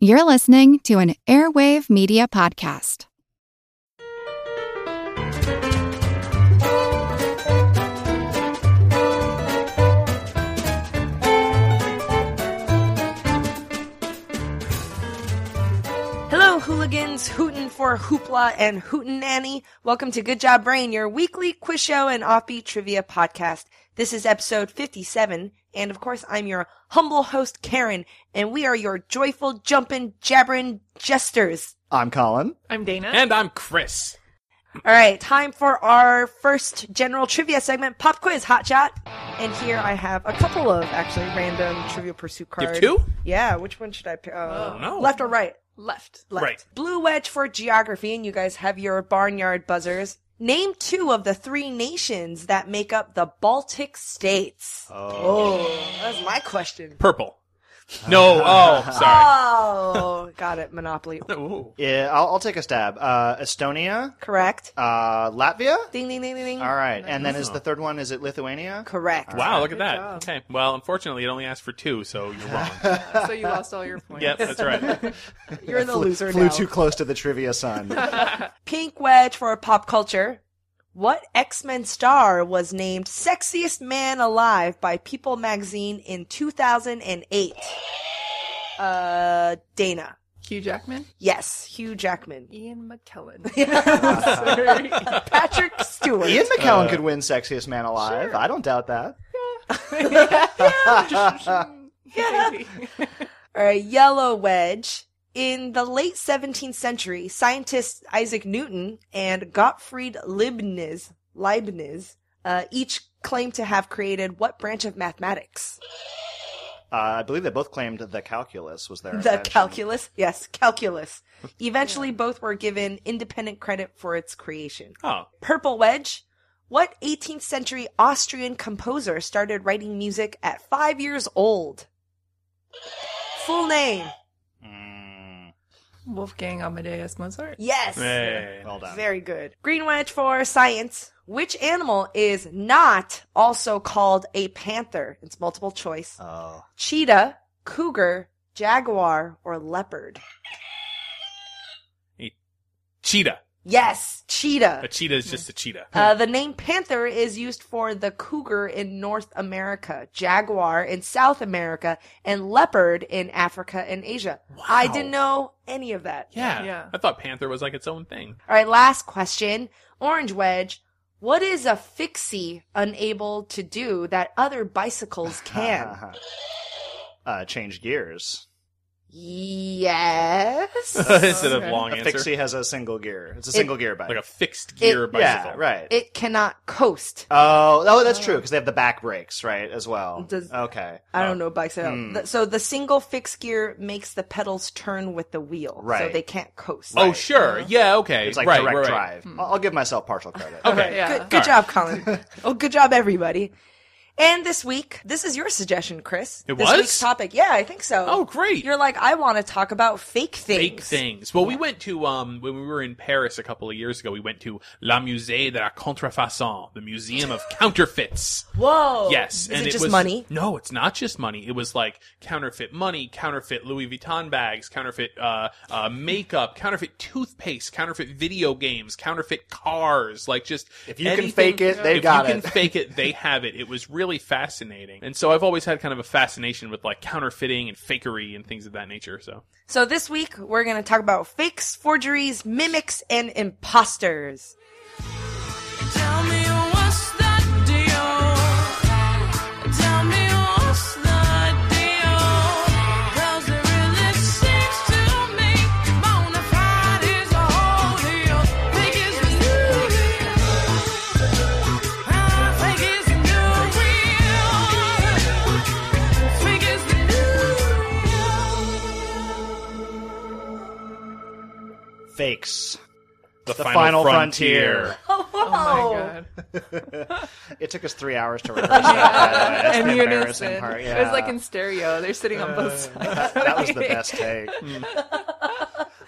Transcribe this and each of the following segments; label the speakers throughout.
Speaker 1: You're listening to an Airwave Media Podcast.
Speaker 2: Hello, hooligans, hootin' for hoopla and hootin' nanny. Welcome to Good Job Brain, your weekly quiz show and offbeat trivia podcast. This is episode 57, and of course, I'm your humble host, Karen, and we are your joyful, jumpin', jabberin' jesters.
Speaker 3: I'm Colin.
Speaker 4: I'm Dana.
Speaker 5: And I'm Chris.
Speaker 2: All right, time for our first general trivia segment, Pop Quiz Hot Shot. And here I have a couple of actually random Trivia Pursuit
Speaker 5: You have
Speaker 2: cards.
Speaker 5: two? Oh,
Speaker 2: Yeah, which one should I pick? Uh,
Speaker 5: don't know.
Speaker 2: Left or right?
Speaker 4: Left.
Speaker 2: left.
Speaker 5: Right.
Speaker 2: Blue wedge for geography, and you guys have your barnyard buzzers. Name two of the three nations that make up the Baltic states. Oh, that was my question.
Speaker 5: Purple. No. Oh, sorry.
Speaker 2: Oh, got it. Monopoly.
Speaker 5: Ooh.
Speaker 3: Yeah, I'll, I'll take a stab. Uh, Estonia,
Speaker 2: Correct.
Speaker 3: uh, Latvia.
Speaker 2: Ding, ding, ding, ding, ding.
Speaker 3: All right, and then
Speaker 2: Oh.
Speaker 3: is the third one? Is it Lithuania?
Speaker 2: Correct.
Speaker 5: Wow, look at that.
Speaker 4: job.
Speaker 5: Okay. Well, unfortunately, it only asked for two, so you're wrong.
Speaker 4: so you lost all your points.
Speaker 5: yep, that's right.
Speaker 2: You're the
Speaker 3: Flew-
Speaker 2: loser
Speaker 3: Flew
Speaker 2: now.
Speaker 3: too close to the trivia sun.
Speaker 2: Pink wedge for pop culture. What X-Men star was named Sexiest Man Alive by People magazine in 2008? Uh, Dana.
Speaker 4: Hugh Jackman.
Speaker 2: Yes, Hugh Jackman.
Speaker 4: Ian McKellen. Sorry.
Speaker 2: Patrick Stewart.
Speaker 3: Ian McKellen could win Sexiest Man Alive. I don't doubt that. Uh,
Speaker 2: All right, yellow wedge. In the late 17th century, scientists Isaac Newton and Gottfried Leibniz, Leibniz uh, each claimed to have created what branch of mathematics?
Speaker 3: Uh, I believe they both claimed the calculus was their
Speaker 2: The
Speaker 3: invention.
Speaker 2: calculus? Yes, calculus. Eventually, both were given independent credit for its creation.
Speaker 5: Oh,
Speaker 2: Purple wedge. What 18th century Austrian composer started writing music at five years old? Full name.
Speaker 3: Mm,
Speaker 4: Wolfgang Amadeus Mozart.
Speaker 2: Yes.
Speaker 5: hey.
Speaker 3: well done.
Speaker 2: Very good. Green wedge for science. Which animal is not also called a panther? It's multiple choice.
Speaker 3: Oh,
Speaker 2: Cheetah, cougar, jaguar, or leopard?
Speaker 5: Cheetah.
Speaker 2: Yes, cheetah.
Speaker 5: A cheetah is just a cheetah.
Speaker 2: Uh, the name panther is used for the cougar in North America, jaguar in South America, and leopard in Africa and Asia. I
Speaker 5: Wow.
Speaker 2: didn't know any of that.
Speaker 5: Yeah.
Speaker 4: Yeah.
Speaker 5: I thought panther was like its own thing.
Speaker 2: All right, last question. Orange Wedge, what is a fixie unable to do that other bicycles can?
Speaker 3: uh, change gears.
Speaker 2: yes.
Speaker 5: Instead of long
Speaker 3: a
Speaker 5: answer,
Speaker 3: fixie has a single gear. It's a single gear bike.
Speaker 5: like a fixed gear bicycle.
Speaker 3: yeah, right.
Speaker 2: it cannot coast.
Speaker 3: Oh, oh, that's true because they have the back brakes, right, as well.
Speaker 2: Does-
Speaker 3: okay,
Speaker 2: I
Speaker 5: Oh.
Speaker 2: don't know bicycle.
Speaker 5: Hmm.
Speaker 2: The- so the single fixed gear makes the pedals turn with the wheel, so
Speaker 3: Right.
Speaker 2: they can't coast.
Speaker 5: Oh, sure. Yeah. Okay.
Speaker 3: it's like
Speaker 5: right,
Speaker 3: direct
Speaker 5: right, Oh. right.
Speaker 3: drive. I'll- I'll give myself partial credit.
Speaker 5: Okay.
Speaker 4: Right, yeah.
Speaker 2: Good, good job, Colin. oh, good job, everybody. And this week, this is your suggestion, Chris.
Speaker 5: It
Speaker 2: this
Speaker 5: was?
Speaker 2: week's topic. Yeah, I think so.
Speaker 5: Oh, great.
Speaker 2: You're like, I want to talk about fake things.
Speaker 5: Fake things. Well, we went to um when we were in Paris a couple of years ago. We went to La Musée de la Contrefaçon, the Museum of Counterfeits.
Speaker 2: Whoa.
Speaker 5: Yes,
Speaker 2: Oh, Is
Speaker 5: and
Speaker 2: it just
Speaker 5: was,
Speaker 2: money?
Speaker 5: No, it's not just money. It was like counterfeit money, counterfeit Louis Vuitton bags, counterfeit uh, uh, makeup, counterfeit toothpaste, counterfeit video games, counterfeit cars. Like just if
Speaker 3: you can fake it, they've got
Speaker 5: If you can
Speaker 3: it.
Speaker 5: fake it, they have it. It was really fascinating, and so I've always had kind of a fascination with like counterfeiting and fakery and things of that nature. So
Speaker 2: So this week, we're going to talk about fakes, forgeries, mimics, and imposters.
Speaker 6: Tell me what's the deal? Tell me what's the deal? 'Cause it really seems to me bonafide is a whole deal. Think it's new Uh, deal. I think it's new real. Think it's new real.
Speaker 3: Fakes.
Speaker 5: the,
Speaker 3: The final frontier.
Speaker 2: Oh, whoa.
Speaker 4: Oh my god.
Speaker 3: It took us three hours to rehearse that. by the way. That's
Speaker 4: and
Speaker 3: the
Speaker 4: unison.
Speaker 3: embarrassing part.
Speaker 4: It
Speaker 3: Yeah.
Speaker 5: Uh,
Speaker 4: was like in stereo. They're sitting on both sides.
Speaker 2: Hmm.
Speaker 3: that was the best take.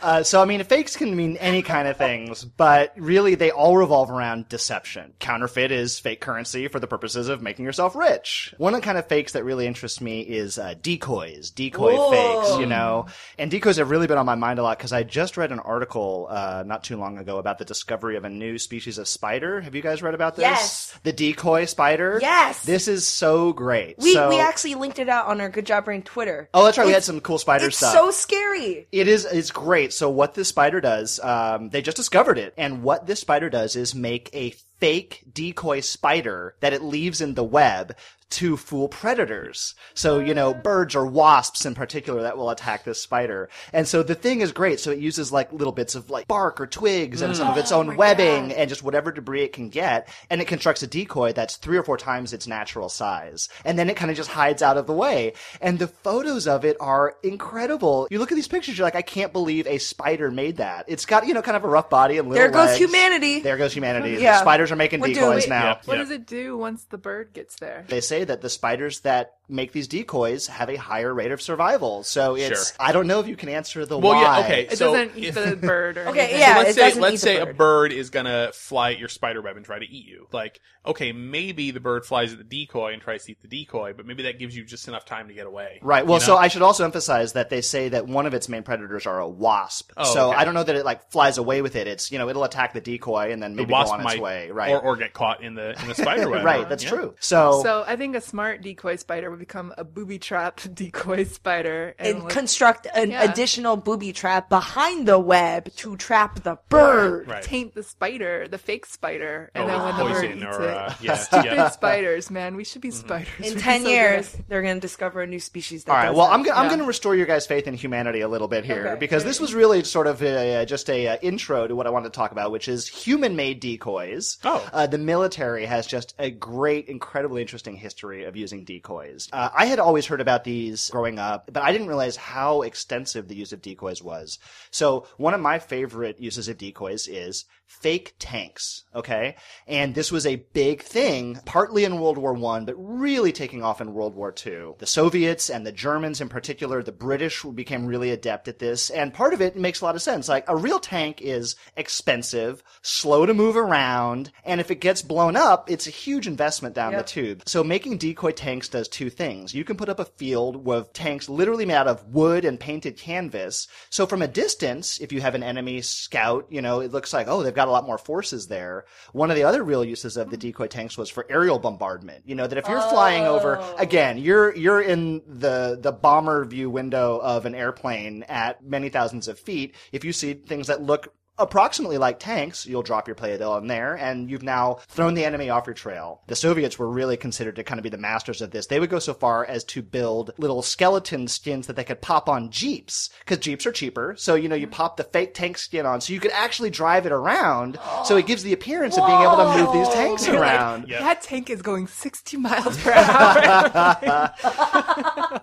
Speaker 3: Uh, so, I mean, fakes can mean any kind of things, but really they all revolve around deception. Counterfeit is fake currency for the purposes of making yourself rich. One of the kind of fakes that really interests me is uh, decoys, decoy
Speaker 2: Whoa.
Speaker 3: fakes, you know. And decoys have really been on my mind a lot because I just read an article uh, not too long ago about the discovery of a new species of spider. Have you guys read about this?
Speaker 2: Yes.
Speaker 3: The decoy spider?
Speaker 2: Yes.
Speaker 3: This is so great.
Speaker 2: We,
Speaker 3: so,
Speaker 2: we actually linked it out on our Good Job Brain Twitter.
Speaker 3: Oh, that's right. We had some cool spider
Speaker 2: it's
Speaker 3: stuff.
Speaker 2: so scary.
Speaker 3: It is it's great. So what this spider does, um, they just discovered it, and what this spider does is make a fake decoy spider that it leaves in the web to fool predators. So, you know, birds or wasps in particular that will attack this spider. And so the thing is great. So it uses like little bits of like bark or twigs and some of
Speaker 2: Mm.
Speaker 3: its
Speaker 2: Oh
Speaker 3: own webbing and just whatever debris it can get. And it constructs a decoy that's three or four times its natural size. And then it kind of just hides out of the way. And the photos of it are incredible. You look at these pictures, you're like, I can't believe a spider made that. It's got, you know, kind of a rough body and little
Speaker 2: There goes
Speaker 3: legs.
Speaker 2: humanity.
Speaker 3: There goes humanity.
Speaker 2: Yeah.
Speaker 3: Spiders are making
Speaker 2: We're doing
Speaker 3: decoys
Speaker 2: it.
Speaker 3: now.
Speaker 5: Yep.
Speaker 4: What does it do once the bird gets there?
Speaker 3: They say that the spiders that make these decoys have a higher rate of survival. So it's
Speaker 5: Sure.
Speaker 3: I don't know if you can answer the
Speaker 5: Well,
Speaker 3: why.
Speaker 5: yeah, okay.
Speaker 4: It
Speaker 5: so
Speaker 4: doesn't eat
Speaker 5: if-
Speaker 4: the bird or
Speaker 2: Okay,
Speaker 4: anything.
Speaker 2: yeah,
Speaker 5: let's
Speaker 2: it
Speaker 5: say
Speaker 2: doesn't eat
Speaker 5: let's
Speaker 2: the
Speaker 5: say a
Speaker 2: bird.
Speaker 5: bird is gonna fly at your spider web and try to eat you. Like, okay, maybe the bird flies at the decoy and tries to eat the decoy, but maybe that gives you just enough time to get away.
Speaker 3: Right. Well,
Speaker 5: you
Speaker 3: so
Speaker 5: know?
Speaker 3: I should also emphasize that they say that one of its main predators are a wasp.
Speaker 5: Oh,
Speaker 3: so
Speaker 5: okay.
Speaker 3: I don't know that it like flies away with it. It's you know it'll attack the decoy and then
Speaker 5: the
Speaker 3: maybe go
Speaker 5: wasp
Speaker 3: on its
Speaker 5: might
Speaker 3: way. Right.
Speaker 5: or, or get caught in the in the spider web.
Speaker 3: right. That's
Speaker 5: Yeah.
Speaker 3: true. So,
Speaker 4: So I think a smart decoy spider would become a booby trap decoy spider
Speaker 2: And
Speaker 4: like-
Speaker 2: construct an
Speaker 4: Yeah.
Speaker 2: additional booby trap behind the web to trap the bird.
Speaker 5: Right.
Speaker 4: taint the spider, the fake spider, and
Speaker 5: Or
Speaker 4: then when the bird
Speaker 5: poison
Speaker 4: eats
Speaker 5: or
Speaker 4: it.
Speaker 5: uh, yeah,
Speaker 4: Stupid
Speaker 5: yeah. Mm-hmm.
Speaker 4: spiders, man. We should be spiders. We'd
Speaker 2: In
Speaker 4: be
Speaker 2: 10
Speaker 4: so good
Speaker 2: years,
Speaker 4: at-
Speaker 2: they're going to discover a new species that
Speaker 3: all right.
Speaker 2: does
Speaker 3: Well,
Speaker 2: that.
Speaker 3: I'm gonna I'm
Speaker 4: Yeah.
Speaker 3: gonna restore your guys' faith in humanity a little bit here
Speaker 4: Okay.
Speaker 3: because this was really sort of a, uh, just a uh, intro to what I wanted to talk about, which is human-made decoys.
Speaker 5: Oh.
Speaker 3: Uh, the military has just a great, incredibly interesting history of using decoys. Uh, I had always heard about these growing up, but I didn't realize how extensive the use of decoys was. So one of my favorite uses of decoys is fake tanks. Okay, and this was a big thing, partly in World War One, but really taking off in World War Two. The Soviets and the Germans, in particular, the British became really adept at this, and part of it makes a lot of sense. Like a real tank is expensive, slow to move around, and if it gets blown up, it's a huge investment down the tube. So making decoy tanks does two things. You can put up a field with tanks literally made out of wood and painted canvas. So from a distance, if you have an enemy scout, you know, it looks like, oh, they've got a lot more forces there. One of the other real uses of the decoy tanks was for aerial bombardment. You know, that if you're flying over, again, you're, you're in the, the bomber view window of an airplane at many thousands of feet. If you see things that look approximately like tanks, you'll drop your Pleiadill in there, and you've now thrown the enemy off your trail. The Soviets were really considered to kind of be the masters of this. They would go so far as to build little skeleton skins that they could pop on Jeeps, because Jeeps are cheaper. So, you know, you pop the fake tank skin on, so you could actually drive it around, so it gives the appearance of being able to move these tanks
Speaker 4: You're like,
Speaker 3: around.
Speaker 4: That tank is going 60 miles per hour.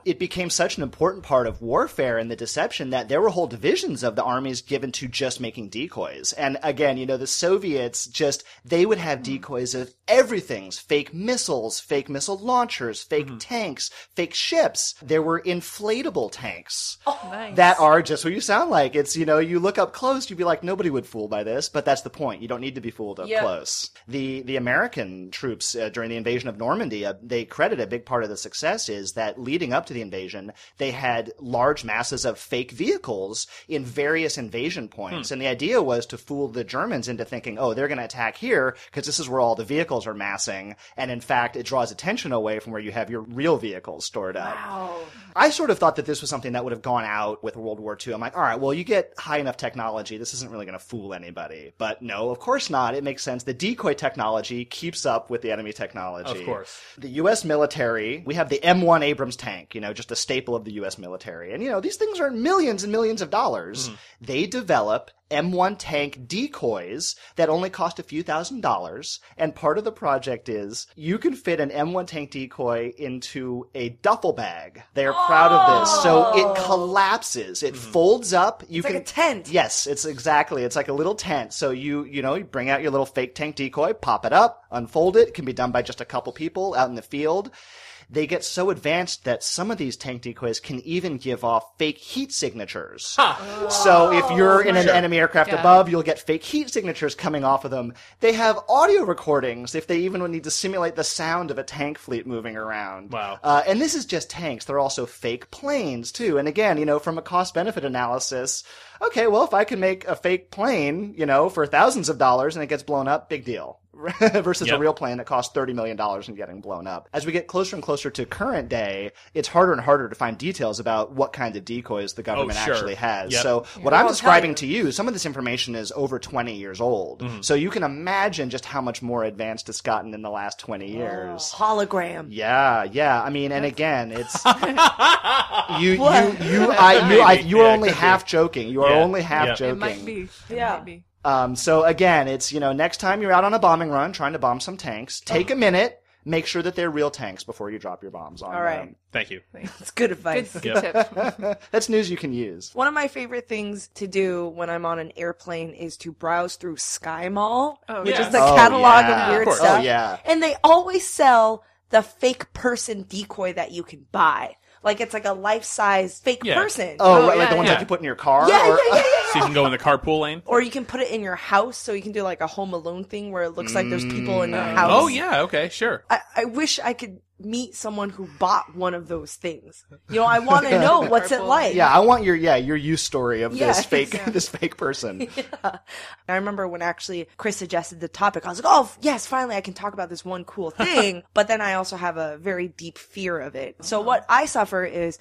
Speaker 3: it became such an important part of warfare and the deception that there were whole divisions of the armies given to just making decoys. And again, you know, the Soviets just, they would have decoys of everything's fake missiles, fake missile launchers, fake tanks, fake ships. There were inflatable tanks
Speaker 4: nice.
Speaker 3: that are just what you sound like. It's, you know, you look up close, you'd be like, nobody would fool by this, but that's the point. You don't need to be fooled up close. The, the American troops uh, during the invasion of Normandy, uh, they credit a big part of the success is that leading up to the invasion, they had large masses of fake vehicles in various invasion points. And the idea was to fool the Germans into thinking, oh, they're going to attack here because this is where all the vehicles are massing. And in fact, it draws attention away from where you have your real vehicles stored up. I sort of thought that this was something that would have gone out with World War II. I'm like, all right, well, you get high enough technology, this isn't really going to fool anybody. But no, of course not. It makes sense. The decoy technology keeps up with the enemy technology.
Speaker 5: Of course.
Speaker 3: The U.S. military, we have the M1 Abrams tank, you know, just a staple of the U.S. military. And, you know, these things are millions and millions of
Speaker 2: Hmm.
Speaker 3: dollars. They develop M1 tank decoys that only cost a few thousand dollars. And part of the project is you can fit an M1 tank decoy into a duffel bag. They are proud of this. So it collapses, it folds up. You
Speaker 2: Oh. Hmm. like
Speaker 3: can
Speaker 2: a tent.
Speaker 3: Yes, it's exactly. It's like a little tent. So you, you know, you bring out your little fake tank decoy, pop it up, unfold it. It can be done by just a couple people out in the field. they get so advanced that some of these tank decoys can even give off fake heat signatures.
Speaker 5: Ha!
Speaker 3: So if you're in an
Speaker 5: Sure.
Speaker 3: enemy aircraft
Speaker 4: Yeah.
Speaker 3: above, you'll get fake heat signatures coming off of them. They have audio recordings if they even would need to simulate the sound of a tank fleet moving around.
Speaker 5: Wow.
Speaker 3: Uh, and this is just tanks. They're also fake planes too. And again, you know, from a cost benefit analysis, okay, well, if I can make a fake plane, you know, for thousands of dollars and it gets blown up, big deal. versus a
Speaker 5: Yep.
Speaker 3: real plane that costs $30 million and getting blown up. As we get closer and closer to current day, it's harder and harder to find details about what kinds of decoys the government
Speaker 5: Oh, sure.
Speaker 3: actually has.
Speaker 5: Yep.
Speaker 3: So what I'm
Speaker 4: Well,
Speaker 3: describing
Speaker 4: hell,
Speaker 3: to you, some of this information is over 20 years old.
Speaker 5: Mm-hmm.
Speaker 3: So you can imagine just how much more advanced it's gotten in the last 20 years.
Speaker 2: Hologram.
Speaker 3: Yeah, yeah. I mean, and again, it's you, you, you, I, you,
Speaker 5: Maybe.
Speaker 3: I, you are
Speaker 5: Yeah, it
Speaker 3: only
Speaker 5: could be.
Speaker 3: half joking. You are
Speaker 5: Yeah.
Speaker 3: only half
Speaker 5: Yeah. It
Speaker 3: joking.
Speaker 4: It might be. It
Speaker 2: Yeah.
Speaker 4: might be.
Speaker 3: Um, so again, it's, you know, next time you're out on a bombing run trying to bomb some tanks, take a minute, make sure that they're real tanks before you drop your bombs on
Speaker 2: All right.
Speaker 5: Thank you.
Speaker 2: It's good
Speaker 4: Good,
Speaker 2: advice.
Speaker 4: good tip. Uh,
Speaker 3: them. That's news you can use.
Speaker 2: One of my favorite things to do when I'm on an airplane is to browse through Sky Mall,
Speaker 4: Oh,
Speaker 2: which
Speaker 5: yeah.
Speaker 2: is the
Speaker 3: Oh,
Speaker 2: catalog
Speaker 3: yeah.
Speaker 2: of
Speaker 5: Of
Speaker 2: weird
Speaker 5: course.
Speaker 2: stuff.
Speaker 3: Oh, yeah.
Speaker 2: And they always sell the fake person decoy that you can buy. Like it's like a life size fake
Speaker 5: Yeah.
Speaker 2: person.
Speaker 3: Oh,
Speaker 4: Oh,
Speaker 3: right, like
Speaker 4: yeah,
Speaker 3: the ones
Speaker 5: yeah.
Speaker 3: that you put in your car?
Speaker 2: Yeah, yeah,
Speaker 3: or-
Speaker 2: yeah, yeah.
Speaker 5: So you can go in the carpool lane.
Speaker 2: Or you can put it in your house, so you can do like a Home Alone thing where it looks like there's people in your
Speaker 4: Mm.
Speaker 2: house.
Speaker 5: Oh yeah. Okay. Sure.
Speaker 2: I, I wish I could meet someone who bought one of those things. You know, I want to know what's it
Speaker 4: Purple.
Speaker 2: like.
Speaker 3: Yeah, I want your yeah your use story of
Speaker 2: Yes.
Speaker 3: this fake
Speaker 4: Yeah.
Speaker 3: this fake person.
Speaker 2: I remember when actually Chris suggested the topic, I was like, oh, yes, finally I can talk about this one cool thing. but then I also have a very deep fear of it. So what I suffer is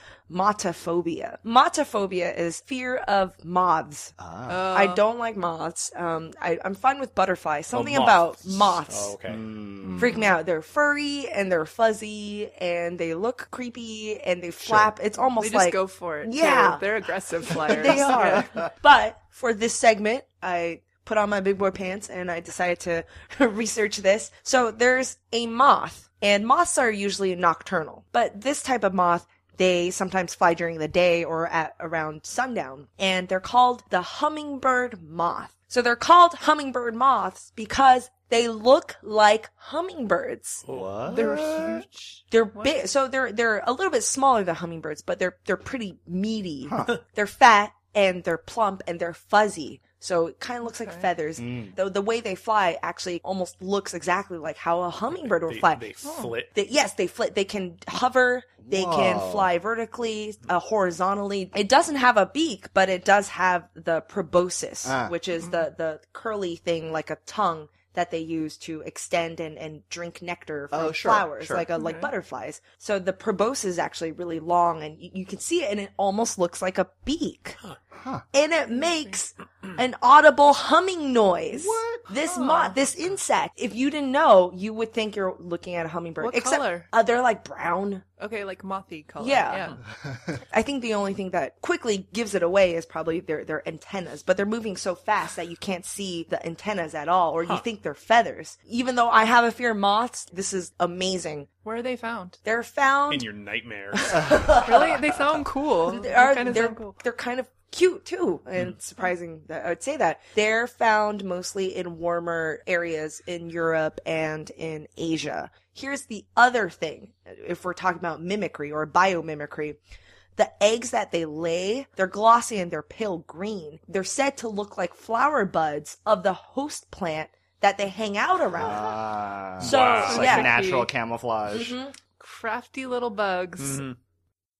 Speaker 2: motophobia. Motophobia is fear of moths.
Speaker 4: Oh.
Speaker 2: I don't like moths. Um, I, I'm fine with butterflies. Something
Speaker 5: Oh, moths.
Speaker 2: about moths
Speaker 5: Oh, okay.
Speaker 3: Mm.
Speaker 2: freak me out. They're furry and they're fuzzy and they look creepy and they flap. It's
Speaker 4: They
Speaker 2: almost
Speaker 4: just
Speaker 2: like
Speaker 4: go for it. too.
Speaker 2: Yeah.
Speaker 4: They're aggressive flyers.
Speaker 2: they
Speaker 4: Yeah.
Speaker 2: are. but for this segment, I put on my big boy pants and I decided to research this. So there's a moth, and moths are usually nocturnal, but this type of moth. They sometimes fly during the day or at around sundown, and they're called the hummingbird moth. So they're called hummingbird moths because they look like hummingbirds.
Speaker 3: What?
Speaker 4: They're huge.
Speaker 2: They're big, so they're they're a little bit smaller than hummingbirds, but they're they're pretty meaty. They're fat and they're plump and they're fuzzy. So it kind of looks like feathers.
Speaker 5: Mm.
Speaker 2: Though the way they fly actually almost looks exactly like how a hummingbird will
Speaker 5: They,
Speaker 2: fly.
Speaker 5: they flit.
Speaker 2: They- yes, they flit. They can hover. They
Speaker 3: Whoa.
Speaker 2: can fly vertically, uh, horizontally. It doesn't have a beak, but it does have the proboscis,
Speaker 3: Ah.
Speaker 2: which is the, the curly thing like a tongue that they use to extend and, and drink nectar from
Speaker 3: Oh, sure,
Speaker 2: flowers,
Speaker 3: sure.
Speaker 2: like a, like butterflies. So the proboscis is actually really long, and you, you can see it, and it almost looks like a beak, and it makes Mm. an audible humming noise.
Speaker 3: What?
Speaker 2: This moth, this insect. If you didn't know, you would think you're looking at a hummingbird.
Speaker 4: What
Speaker 2: Except
Speaker 4: color?
Speaker 2: Uh, they're like brown.
Speaker 4: Okay, like mothy color.
Speaker 2: Yeah. I think the only thing that quickly gives it away is probably their their antennas, but they're moving so fast that you can't see the antennas at all, or you think they're feathers. Even though I have a fear of moths, this is amazing.
Speaker 4: Where are they found?
Speaker 2: They're found
Speaker 5: In your nightmare.
Speaker 4: Really? They sound cool. They
Speaker 2: they are
Speaker 4: kind of
Speaker 2: they're,
Speaker 4: sound cool. Mm.
Speaker 2: they're kind of cute too and surprising that i would say that they're found mostly in warmer areas in europe and in asia here's the other thing if we're talking about mimicry or biomimicry the eggs that they lay they're glossy and they're pale green they're said to look like flower buds of the host plant that they hang out around
Speaker 3: Ah.
Speaker 2: so
Speaker 5: Wow.
Speaker 3: It's
Speaker 4: So
Speaker 3: like
Speaker 2: yeah
Speaker 3: natural
Speaker 5: Mm-hmm.
Speaker 3: camouflage.
Speaker 2: Mhm.
Speaker 4: Crafty little bugs.
Speaker 5: Mhm.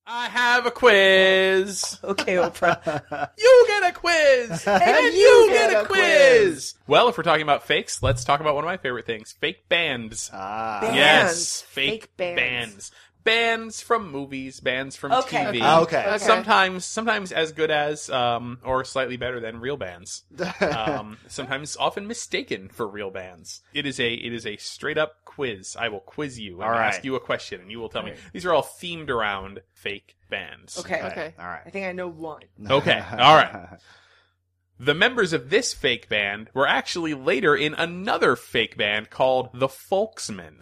Speaker 5: I have a quiz.
Speaker 2: okay oprah
Speaker 4: Mm-hmm.
Speaker 5: You get a quiz. And then you, get, a, quiz. Well, if we're talking about fakes, let's talk about one of my favorite things: fake bands.
Speaker 3: Ah.
Speaker 2: Bands.
Speaker 5: Yes, fake,
Speaker 2: Fake
Speaker 5: bands.
Speaker 2: bands.
Speaker 5: bands. from movies, bands from
Speaker 2: Okay.
Speaker 5: TV.
Speaker 3: Ah, Okay.
Speaker 4: Okay.
Speaker 5: Sometimes, sometimes as good as, um, or slightly better than real bands. um, sometimes often mistaken for real bands. It is a it is a straight up quiz. I will quiz you and
Speaker 3: All right.
Speaker 5: ask you a question, and you will tell me.
Speaker 4: All
Speaker 5: These are all themed around fake bands.
Speaker 2: okay
Speaker 4: Okay.
Speaker 3: All right.
Speaker 2: i think i know one
Speaker 5: Okay. All right. The members of this fake band were actually later in another fake band called the Folksmen.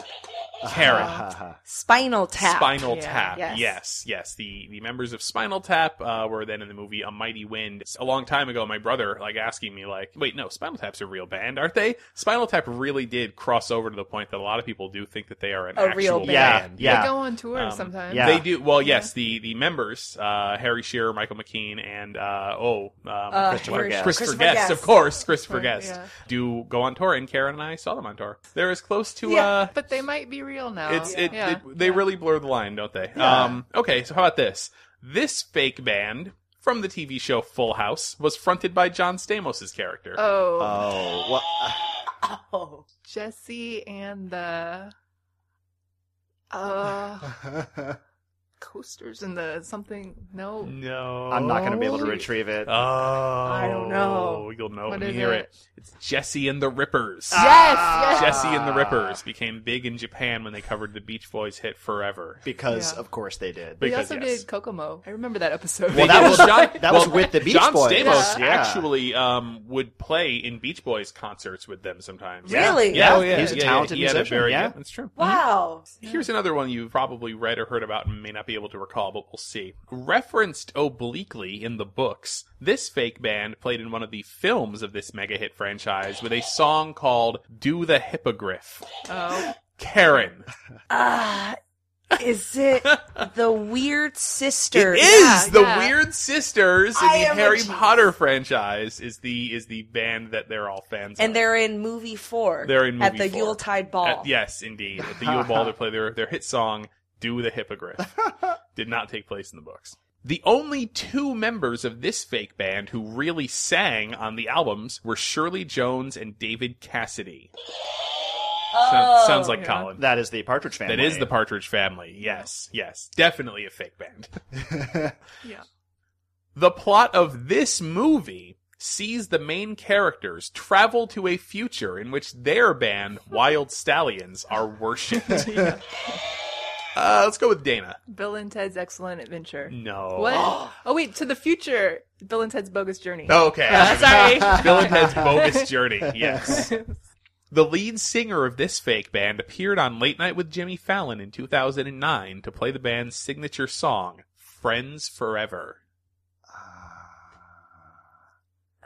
Speaker 5: Karen.
Speaker 2: Spinal Tap.
Speaker 5: Spinal
Speaker 4: Yeah,
Speaker 5: Tap.
Speaker 2: yes.
Speaker 5: Yes. yes, The the members of Spinal Tap uh, were then in the movie A Mighty Wind. A long time ago, my brother like asking me like, "Wait, no, Spinal Tap's a real band, aren't they?" Spinal Tap really did cross over to the point that a lot of people do think that they are an
Speaker 4: A
Speaker 5: actual
Speaker 4: real
Speaker 3: Yeah,
Speaker 4: band.
Speaker 3: yeah.
Speaker 4: They go on tour
Speaker 5: Um,
Speaker 4: sometimes.
Speaker 3: yeah.
Speaker 5: They do well. Yes, the the members, uh, Harry Shearer, Michael McKean, and uh, oh, um,
Speaker 2: Uh,
Speaker 3: Christopher
Speaker 2: here's
Speaker 3: Guest.
Speaker 5: Christopher,
Speaker 2: Christopher
Speaker 5: Guest,
Speaker 2: Guest.
Speaker 5: of course, Christopher
Speaker 4: Yeah.
Speaker 5: Guest, do go on tour, and Karen and I saw them on tour. They're as close to
Speaker 2: Yeah,
Speaker 5: uh,
Speaker 4: But they might be real now.
Speaker 5: it's it,
Speaker 4: yeah.
Speaker 5: it- they really blur the line, don't they? Um, okay, so how about this? This fake band from the TV show Full House was fronted by John Stamos's character.
Speaker 4: Oh,
Speaker 3: Oh, well, uh,
Speaker 2: Oh.
Speaker 4: Jesse and the uh coasters and the something. No,
Speaker 5: no,
Speaker 3: I'm not going to be able to retrieve it.
Speaker 5: Oh, I
Speaker 2: don't know.
Speaker 5: You'll know
Speaker 4: What
Speaker 5: when you
Speaker 4: is
Speaker 5: hear
Speaker 4: it? Ah.
Speaker 5: it. It's Jesse and the Rippers.
Speaker 3: Ah.
Speaker 4: yes, yes.
Speaker 5: Jesse and the Rippers became big in Japan when they covered the Beach Boys hit "Forever."
Speaker 3: Because
Speaker 4: Yeah.
Speaker 3: of course they did.
Speaker 4: We
Speaker 5: Because,
Speaker 4: also
Speaker 5: yes.
Speaker 4: did Kokomo. I remember that episode.
Speaker 3: Well, that was
Speaker 5: John-
Speaker 3: that was
Speaker 5: well,
Speaker 3: with the Beach
Speaker 5: John
Speaker 3: Boys.
Speaker 5: Stamos
Speaker 3: Yeah.
Speaker 5: actually um, would play in Beach Boys concerts with them sometimes.
Speaker 3: Yeah. Oh,
Speaker 2: Really? Oh,
Speaker 5: Yeah,
Speaker 3: Yeah. He's a talented
Speaker 5: he had a
Speaker 3: musician,
Speaker 5: very-
Speaker 3: yeah.
Speaker 5: that's true.
Speaker 2: Wow.
Speaker 5: Here's another one you've probably read or heard about and may not be able to recall, but we'll see. Referenced obliquely in the books, this fake band played in one of the films of this mega hit franchise with a song called "Do the Hippogriff."
Speaker 4: Oh,
Speaker 5: Karen,
Speaker 2: Uh, is it the weird sister?
Speaker 5: It is
Speaker 4: Yeah,
Speaker 5: the
Speaker 4: yeah.
Speaker 5: Weird Sisters in
Speaker 2: I
Speaker 5: the
Speaker 2: am a
Speaker 5: Harry
Speaker 2: genius.
Speaker 5: Potter franchise is the is the band that they're all fans of.
Speaker 2: And they're in movie four.
Speaker 5: They're in
Speaker 2: at
Speaker 5: movie
Speaker 2: the
Speaker 5: four.
Speaker 2: Yuletide Ball.
Speaker 5: At- yes, indeed. At the Yule Ball, they play their their hit song "Do the Hippogriff." Did not take place in the books. The only two members of this fake band who really sang on the albums were Shirley Jones and David Cassidy.
Speaker 2: Oh.
Speaker 5: Sounds- sounds like
Speaker 4: Yeah.
Speaker 5: Colin.
Speaker 3: That is the Partridge Family.
Speaker 5: That is the Partridge Family. Yes, yes, definitely a fake band.
Speaker 4: yeah.
Speaker 5: The plot of this movie sees the main characters travel to a future in which their band, Wild Stallions, are worshipped. uh, let's go with Dana.
Speaker 4: Bill and Ted's Excellent Adventure.
Speaker 5: No.
Speaker 4: What? Oh wait, to the future. Bill and Ted's Bogus Journey.
Speaker 5: Okay.
Speaker 4: Uh, sorry.
Speaker 5: Bill and Ted's bogus journey. Yes. The lead singer of this fake band appeared on Late Night with Jimmy Fallon in 2009 to play the band's signature song, Friends Forever.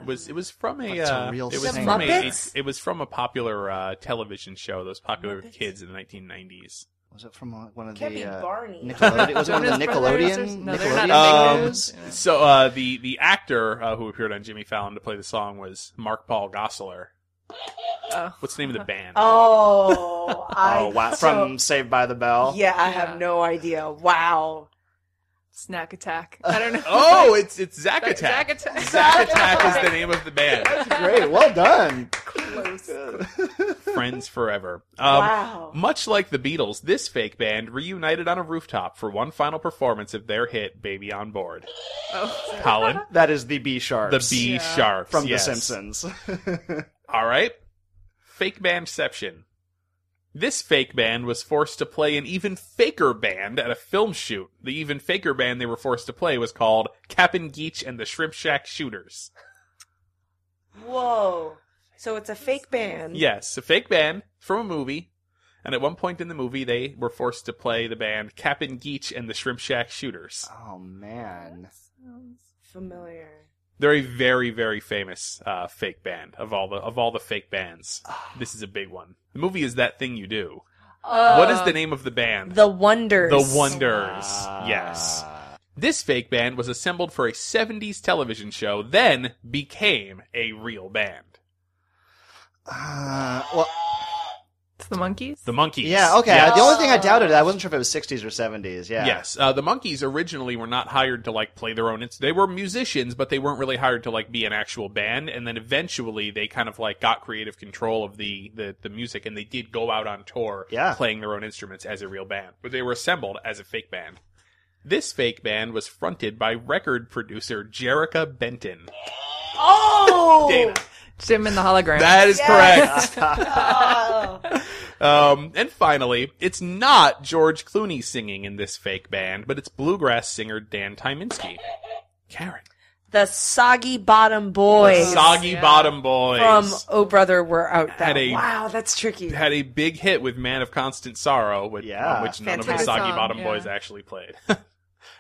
Speaker 5: Was it was from a,
Speaker 3: What's a
Speaker 5: uh,
Speaker 3: real
Speaker 5: it was
Speaker 3: singer?
Speaker 5: from a
Speaker 2: Muppets?
Speaker 5: it was from a popular uh, television show that was popular with kids in the 1990s.
Speaker 3: Was it from uh, one of
Speaker 2: Can't
Speaker 3: the
Speaker 2: be
Speaker 3: uh,
Speaker 2: Barney.
Speaker 3: Nickelode- was it one of the
Speaker 4: Jonas Brothers or-
Speaker 3: Nickelodeon?
Speaker 4: no, they're not
Speaker 3: Nickelodeon
Speaker 5: Um,
Speaker 4: Nickelodeon. Yeah.
Speaker 5: So uh, the the actor uh, who appeared on Jimmy Fallon to play the song was Mark Paul Gosselaar.
Speaker 4: Oh.
Speaker 5: What's the name of the band?
Speaker 2: Oh, I,
Speaker 3: Oh wow!
Speaker 2: so-
Speaker 3: From Saved by the Bell.
Speaker 2: yeah, I
Speaker 4: Yeah.
Speaker 2: have no idea. Wow.
Speaker 4: Snack Attack. I don't know.
Speaker 5: Oh, it's it's Zack
Speaker 4: Zack-
Speaker 5: Attack.
Speaker 4: Zack Attack.
Speaker 5: Zack Attack is the name of the band.
Speaker 3: Great. Well done.
Speaker 4: Close.
Speaker 5: Friends forever. Um,
Speaker 2: wow.
Speaker 5: Much like the Beatles, this fake band reunited on a rooftop for one final performance of their hit "Baby on Board."
Speaker 4: Oh.
Speaker 5: Colin,
Speaker 3: That is the B sharp.
Speaker 5: the B
Speaker 4: Yeah.
Speaker 5: sharps
Speaker 3: from
Speaker 5: yes.
Speaker 3: The Simpsons.
Speaker 5: All right. Fake bandception. This fake band was forced to play an even faker band at a film shoot. The even faker band they were forced to play was called Cap'n Geach and the Shrimp Shack Shooters.
Speaker 2: Whoa. So it's a fake band.
Speaker 5: Yes, a fake band from a movie. And at one point in the movie, they were forced to play the band Cap'n Geach and the Shrimp Shack Shooters.
Speaker 3: oh man.
Speaker 2: Familiar.
Speaker 5: They're a very, very famous uh, fake band of all the of all the fake bands. This is a big one. The movie is that thing you do.
Speaker 4: Uh,
Speaker 5: what is the name of the band?
Speaker 2: The Wonders.
Speaker 5: The Wonders.
Speaker 3: Ah.
Speaker 5: Yes. This fake band was assembled for a 70s television show, then became a real band.
Speaker 3: Uh, well,
Speaker 4: It's the monkeys.
Speaker 5: The Monkeys.
Speaker 3: yeah. Okay.
Speaker 5: Yes.
Speaker 3: The only thing I doubted, I wasn't sure if it was 60s or 70s. Yeah.
Speaker 5: Yes, uh, the Monkeys originally were not hired to like play their own. It's, they were musicians, but they weren't really hired to like be an actual band. And then eventually, they kind of like got creative control of the the, the music, and they did go out on tour,
Speaker 3: Yeah.
Speaker 5: playing their own instruments as a real band. But they were assembled as a fake band. This fake band was fronted by record producer Jerrica Benton.
Speaker 2: Oh!
Speaker 5: Dana,
Speaker 4: Jim and the hologram.
Speaker 5: that is
Speaker 2: Yes.
Speaker 5: correct.
Speaker 2: Oh.
Speaker 5: Um, and finally, it's not George Clooney singing in this fake band, but it's bluegrass singer Dan Tyminski. Karen.
Speaker 2: the Soggy Bottom Boys
Speaker 5: Soggy
Speaker 4: Yeah.
Speaker 5: Bottom Boys
Speaker 2: from Oh Brother Were Out
Speaker 5: Had
Speaker 2: Thou.
Speaker 5: a-
Speaker 2: Wow, that's tricky.
Speaker 5: had a big hit with Man of Constant Sorrow, which,
Speaker 3: Yeah.
Speaker 5: on which none of the
Speaker 2: Fantastic
Speaker 5: Soggy
Speaker 4: song,
Speaker 5: Bottom
Speaker 4: yeah.
Speaker 5: Boys actually played. uh,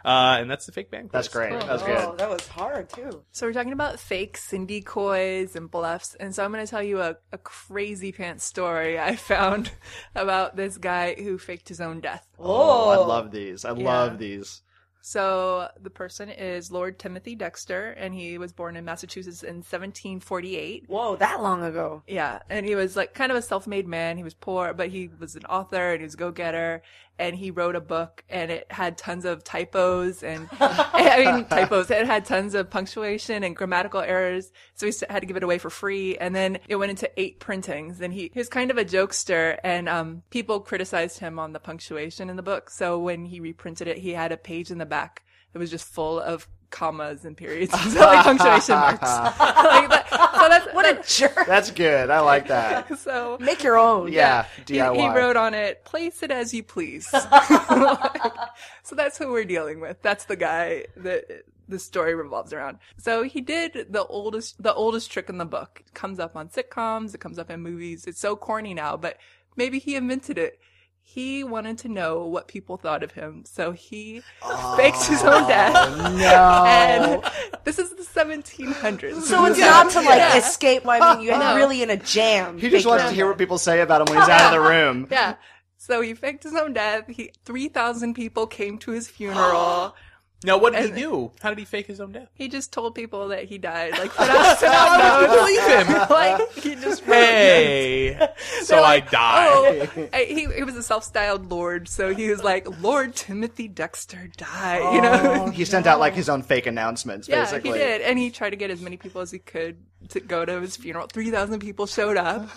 Speaker 5: and that's the fake band.
Speaker 3: That's
Speaker 5: quiz.
Speaker 3: great.
Speaker 4: Cool.
Speaker 3: That was
Speaker 2: oh,
Speaker 3: good.
Speaker 2: that was hard too.
Speaker 4: So we're talking about fakes and decoys and bluffs, and so I'm going to tell you a, a crazy pants story I found about this guy who faked his own death.
Speaker 3: Oh, I
Speaker 2: Oh.
Speaker 3: love these. I
Speaker 4: Yeah.
Speaker 3: love these.
Speaker 4: So the person is Lord Timothy Dexter, and he was born in Massachusetts in 1748.
Speaker 2: Whoa, that long ago.
Speaker 4: Yeah, and he was like kind of a self-made man. He was poor, but he was an author and he was a go-getter. And he wrote a book, and it had tons of typos and I mean typos. It had tons of punctuation and grammatical errors, so he s- had to give it away for free. And then it went into eight printings. And he, he was kind of a jokester, and um, people criticized him on the punctuation in the book. So when he reprinted it, he had a page in the back that was just full of commas and periods, and so like punctuation marks. like that, so that's
Speaker 2: What a jerk.
Speaker 3: That's good. I like that.
Speaker 4: so
Speaker 2: Make your own.
Speaker 3: Yeah,
Speaker 4: he,
Speaker 3: DIY.
Speaker 4: he wrote on it, place it as you please. so that's who we're dealing with. That's the guy that the story revolves around. So he did the oldest, the oldest trick in the book. It comes up on sitcoms. It comes up in movies. It's so corny now, but maybe he invented it. He wanted to know what people thought of him. So he faked his own death.
Speaker 3: Oh, no.
Speaker 4: And this is the 1700s.
Speaker 2: Oh. So it's
Speaker 4: Yeah.
Speaker 2: not to like
Speaker 4: Yeah.
Speaker 2: escape. I mean, you're really in a jam.
Speaker 3: Uh-huh. He
Speaker 2: Make
Speaker 3: just wants
Speaker 2: your
Speaker 3: to
Speaker 2: own.
Speaker 3: hear what people say about him when he's out of the room.
Speaker 4: Yeah. So he faked his own death. He three thousand people came to his funeral.
Speaker 5: Now, what did
Speaker 4: And-
Speaker 5: he do? How did he fake his own death?
Speaker 4: he just told people that he died. Like Sinatra, Sinatra knows.
Speaker 5: believe him.
Speaker 4: like he just wrote
Speaker 5: Hey, so
Speaker 4: They're
Speaker 5: I
Speaker 4: like,
Speaker 5: die.
Speaker 4: Oh, I- he, he was a self-styled lord, so he was like Lord Timothy Dexter died.
Speaker 5: Oh,
Speaker 4: you know.
Speaker 3: He sent out like his own fake announcements,
Speaker 4: Yeah,
Speaker 3: basically.
Speaker 4: he did, and he tried to get as many people as he could to go to his funeral. Three thousand people showed up,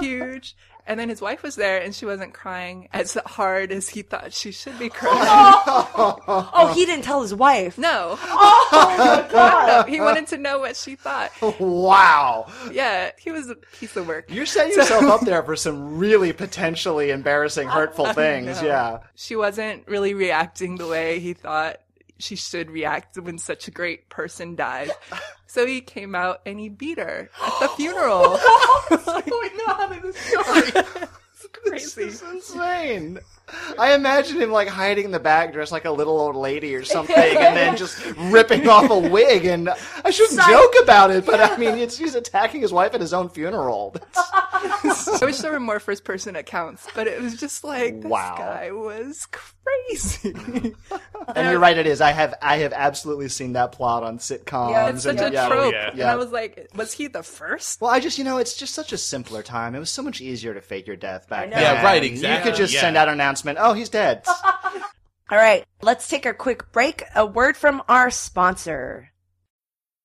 Speaker 4: huge. And then his wife was there, and she wasn't crying as hard as he thought she should be crying.
Speaker 2: Oh, he didn't tell his wife.
Speaker 4: No. Oh God. he wanted to know what she thought.
Speaker 3: Wow.
Speaker 4: Yeah, he was a piece of work.
Speaker 3: You're setting yourself up there for some really potentially embarrassing, hurtful things. Yeah.
Speaker 4: She wasn't really reacting the way he thought she should react when such a great person died. So he came out and he beat her at the funeral. Crazy.
Speaker 3: This is insane. I imagine him like hiding in the back, dressed like a little old lady or something, and then just ripping off a wig. And I shouldn't joke about it, but I mean, it's, he's attacking his wife at his own funeral. That's-
Speaker 4: I wish there were more first person accounts, but it was just like this
Speaker 3: Wow.
Speaker 4: guy was crazy.
Speaker 3: and you're right, it is. I have I have absolutely seen that plot on sitcoms.
Speaker 2: Yeah,
Speaker 4: It's such
Speaker 3: and,
Speaker 4: a
Speaker 3: yeah.
Speaker 4: trope.
Speaker 5: yeah.
Speaker 4: And I was like, was he the first?
Speaker 3: Well, I just, you know, it's just such a simpler time. It was so much easier to fake your death back
Speaker 2: know.
Speaker 3: then.
Speaker 2: Yeah,
Speaker 5: right,
Speaker 3: You
Speaker 5: exactly.
Speaker 3: could just
Speaker 5: Yeah.
Speaker 3: send out an announcement, oh, he's dead.
Speaker 2: All right, let's take a quick break. A word from our sponsor.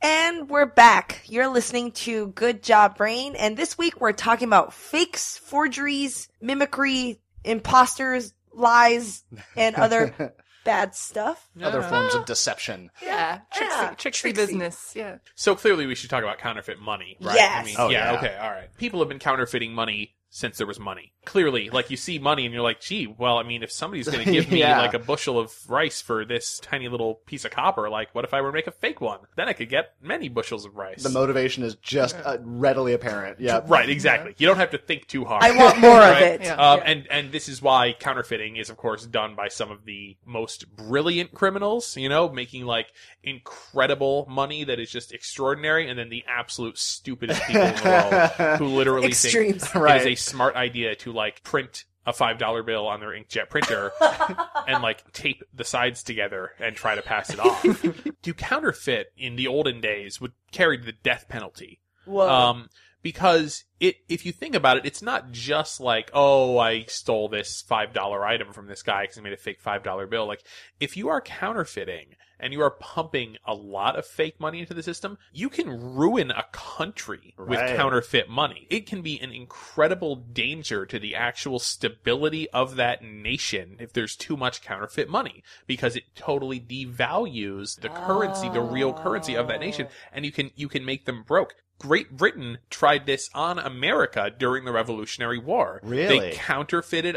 Speaker 2: And we're back. You're listening to Good Job Brain, and this week we're talking about fakes, forgeries, mimicry, imposters, lies, and other bad stuff.
Speaker 3: Other forms of deception.
Speaker 4: Yeah. Tricksy,
Speaker 2: Yeah,
Speaker 4: tricksy
Speaker 2: tricksy.
Speaker 4: business. Yeah.
Speaker 5: So clearly, we should talk about counterfeit money, right?
Speaker 2: Yes.
Speaker 5: I mean,
Speaker 3: Oh,
Speaker 5: yeah,
Speaker 3: yeah.
Speaker 5: Okay. All right. People have been counterfeiting money since there was money. Clearly, like you see money and you're like, gee, well, I mean, if somebody's going to give me
Speaker 3: Yeah.
Speaker 5: like a bushel of rice for this tiny little piece of copper, like what if I were to make a fake one? Then I could get many bushels of rice.
Speaker 3: The motivation is just uh, readily apparent. Yeah.
Speaker 5: Right, exactly. You don't have to think too hard.
Speaker 2: I want more of
Speaker 5: Right?
Speaker 2: it.
Speaker 4: Yeah.
Speaker 5: Um, And and this is why counterfeiting is, of course, done by some of the most brilliant criminals. You know, making like incredible money that is just extraordinary, and then the absolute stupidest people in the world who literally
Speaker 2: Extremes.
Speaker 5: think
Speaker 3: Right.
Speaker 5: it is a smart idea to like print a five dollar bill on their inkjet printer and like tape the sides together and try to pass it off. to counterfeit in the olden days would carry the death penalty.
Speaker 2: Whoa.
Speaker 5: Um, because it, if you think about it, it's not just like, oh, I stole this five dollar item from this guy because he made a fake five dollar bill. Like, if you are counterfeiting and you are pumping a lot of fake money into the system, you can ruin a country
Speaker 3: Right.
Speaker 5: with counterfeit money. It can be an incredible danger to the actual stability of that nation if there's too much counterfeit money because it totally devalues the currency, the real currency of that nation,
Speaker 2: Oh.
Speaker 5: and you can you can make them broke. Great Britain tried this on America during the Revolutionary War.
Speaker 3: Really?
Speaker 5: They counterfeited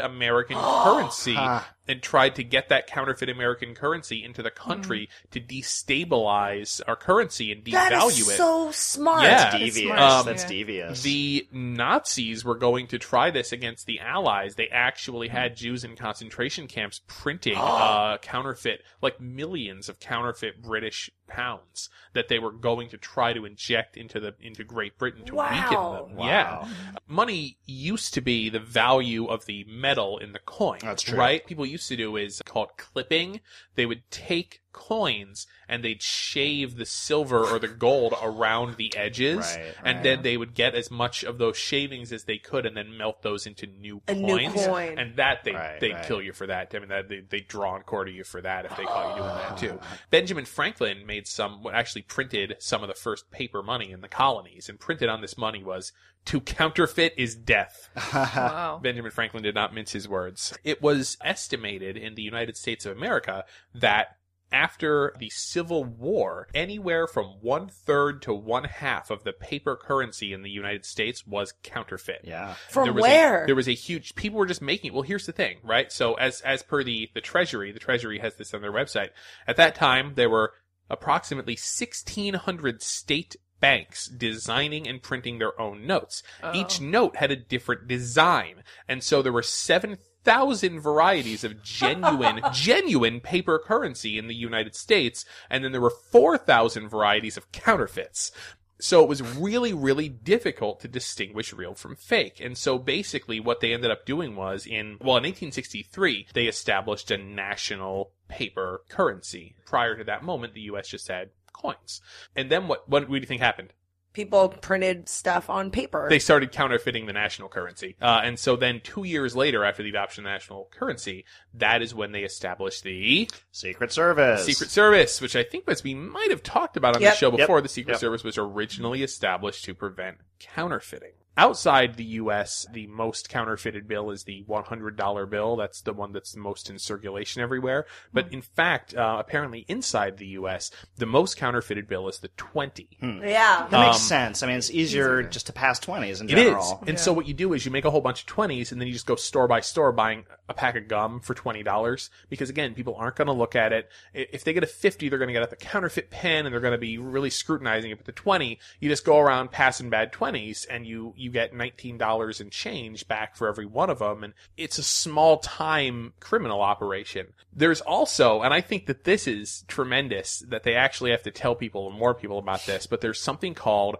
Speaker 5: American currency
Speaker 3: Huh.
Speaker 5: and tried to get that counterfeit American currency into the country to destabilize our currency and devalue
Speaker 2: Hmm. that is
Speaker 5: it.
Speaker 2: so smart.
Speaker 5: Yeah.
Speaker 3: That's devious.
Speaker 4: smart.
Speaker 5: Um,
Speaker 3: That's
Speaker 4: yeah.
Speaker 3: devious.
Speaker 5: The Nazis were going to try this against the Allies. They actually
Speaker 3: Hmm.
Speaker 5: had Jews in concentration camps printing uh, counterfeit, like millions of counterfeit British pounds that they were going to try to inject into the into Great Britain to
Speaker 2: Wow.
Speaker 5: weaken them. Yeah, money used to be the value of the metal in the coin.
Speaker 3: That's true.
Speaker 5: Right? People used to do is called clipping. They would take coins and they'd shave the silver or the gold around the edges
Speaker 3: Right,
Speaker 5: and
Speaker 3: right.
Speaker 5: then they would get as much of those shavings as they could and then melt those into new
Speaker 2: A
Speaker 5: coins
Speaker 2: new coin.
Speaker 5: and that they
Speaker 3: Right,
Speaker 5: they'd
Speaker 3: right.
Speaker 5: kill you for that i mean that they, they draw and quarter you for that if they caught you doing that too
Speaker 3: Ah.
Speaker 5: benjamin franklin made some actually printed some of the first paper money in the colonies and printed on this money was to counterfeit is death
Speaker 4: wow.
Speaker 5: Benjamin Franklin did not mince his words. It was estimated in the United States of America that after the Civil War, anywhere from one third to one half of the paper currency in the United States was counterfeit
Speaker 3: yeah.
Speaker 2: From
Speaker 5: there was
Speaker 2: where?
Speaker 5: A, there was a huge. People were just making. Well, here's the thing, right? So as as per the the Treasury, the Treasury has this on their website. At that time, there were approximately 1,600 state banks designing and printing their own notes.
Speaker 2: Oh.
Speaker 5: Each note had a different design, and so there were seven thousand varieties of genuine genuine paper currency in the United States and then there were 4000 varieties of counterfeits so it was really, really difficult to distinguish real from fake. And so basically what they ended up doing was in, well, in 1863, they established a national paper currency. Prior to that moment, the U.S. just had coins. And then what, what, what do you think happened?
Speaker 2: People printed stuff on paper.
Speaker 5: They started counterfeiting the national currency. Uh, and so then two years later, after the adoption of the national currency, that is when they established the
Speaker 3: Secret Service.
Speaker 5: Secret Service, which I think was we might have talked about on
Speaker 2: Yep.
Speaker 5: the show
Speaker 3: Yep.
Speaker 5: before. The Secret
Speaker 3: Yep.
Speaker 5: Service was originally established to prevent counterfeiting. Outside the U.S., the most counterfeited bill is the $100 bill. That's the one that's most in circulation everywhere. But in fact, uh, apparently inside the U.S., the most counterfeited bill is the 20.
Speaker 3: Hmm.
Speaker 2: yeah.
Speaker 3: That makes
Speaker 5: Um,
Speaker 3: sense. I mean, it's easier just to pass 20s in
Speaker 5: It is.
Speaker 3: general.
Speaker 5: And so what you do is you make a whole bunch of 20s and then you just go store by store buying a pack of gum for $20 because again, people aren't going to look at it. I- If they get a 50, they're going to get out the counterfeit pen and they're going to be really scrutinizing it. But the 20, you just go around passing bad 20s and you, you get $19 and change back for every one of them. And it's a small time criminal operation. There's also, and I think that this is tremendous that they actually have to tell people and more people about this, but there's something called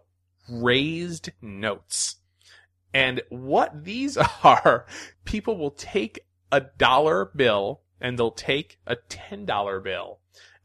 Speaker 5: raised notes. And what these are, people will take a dollar bill and they'll take a $10 bill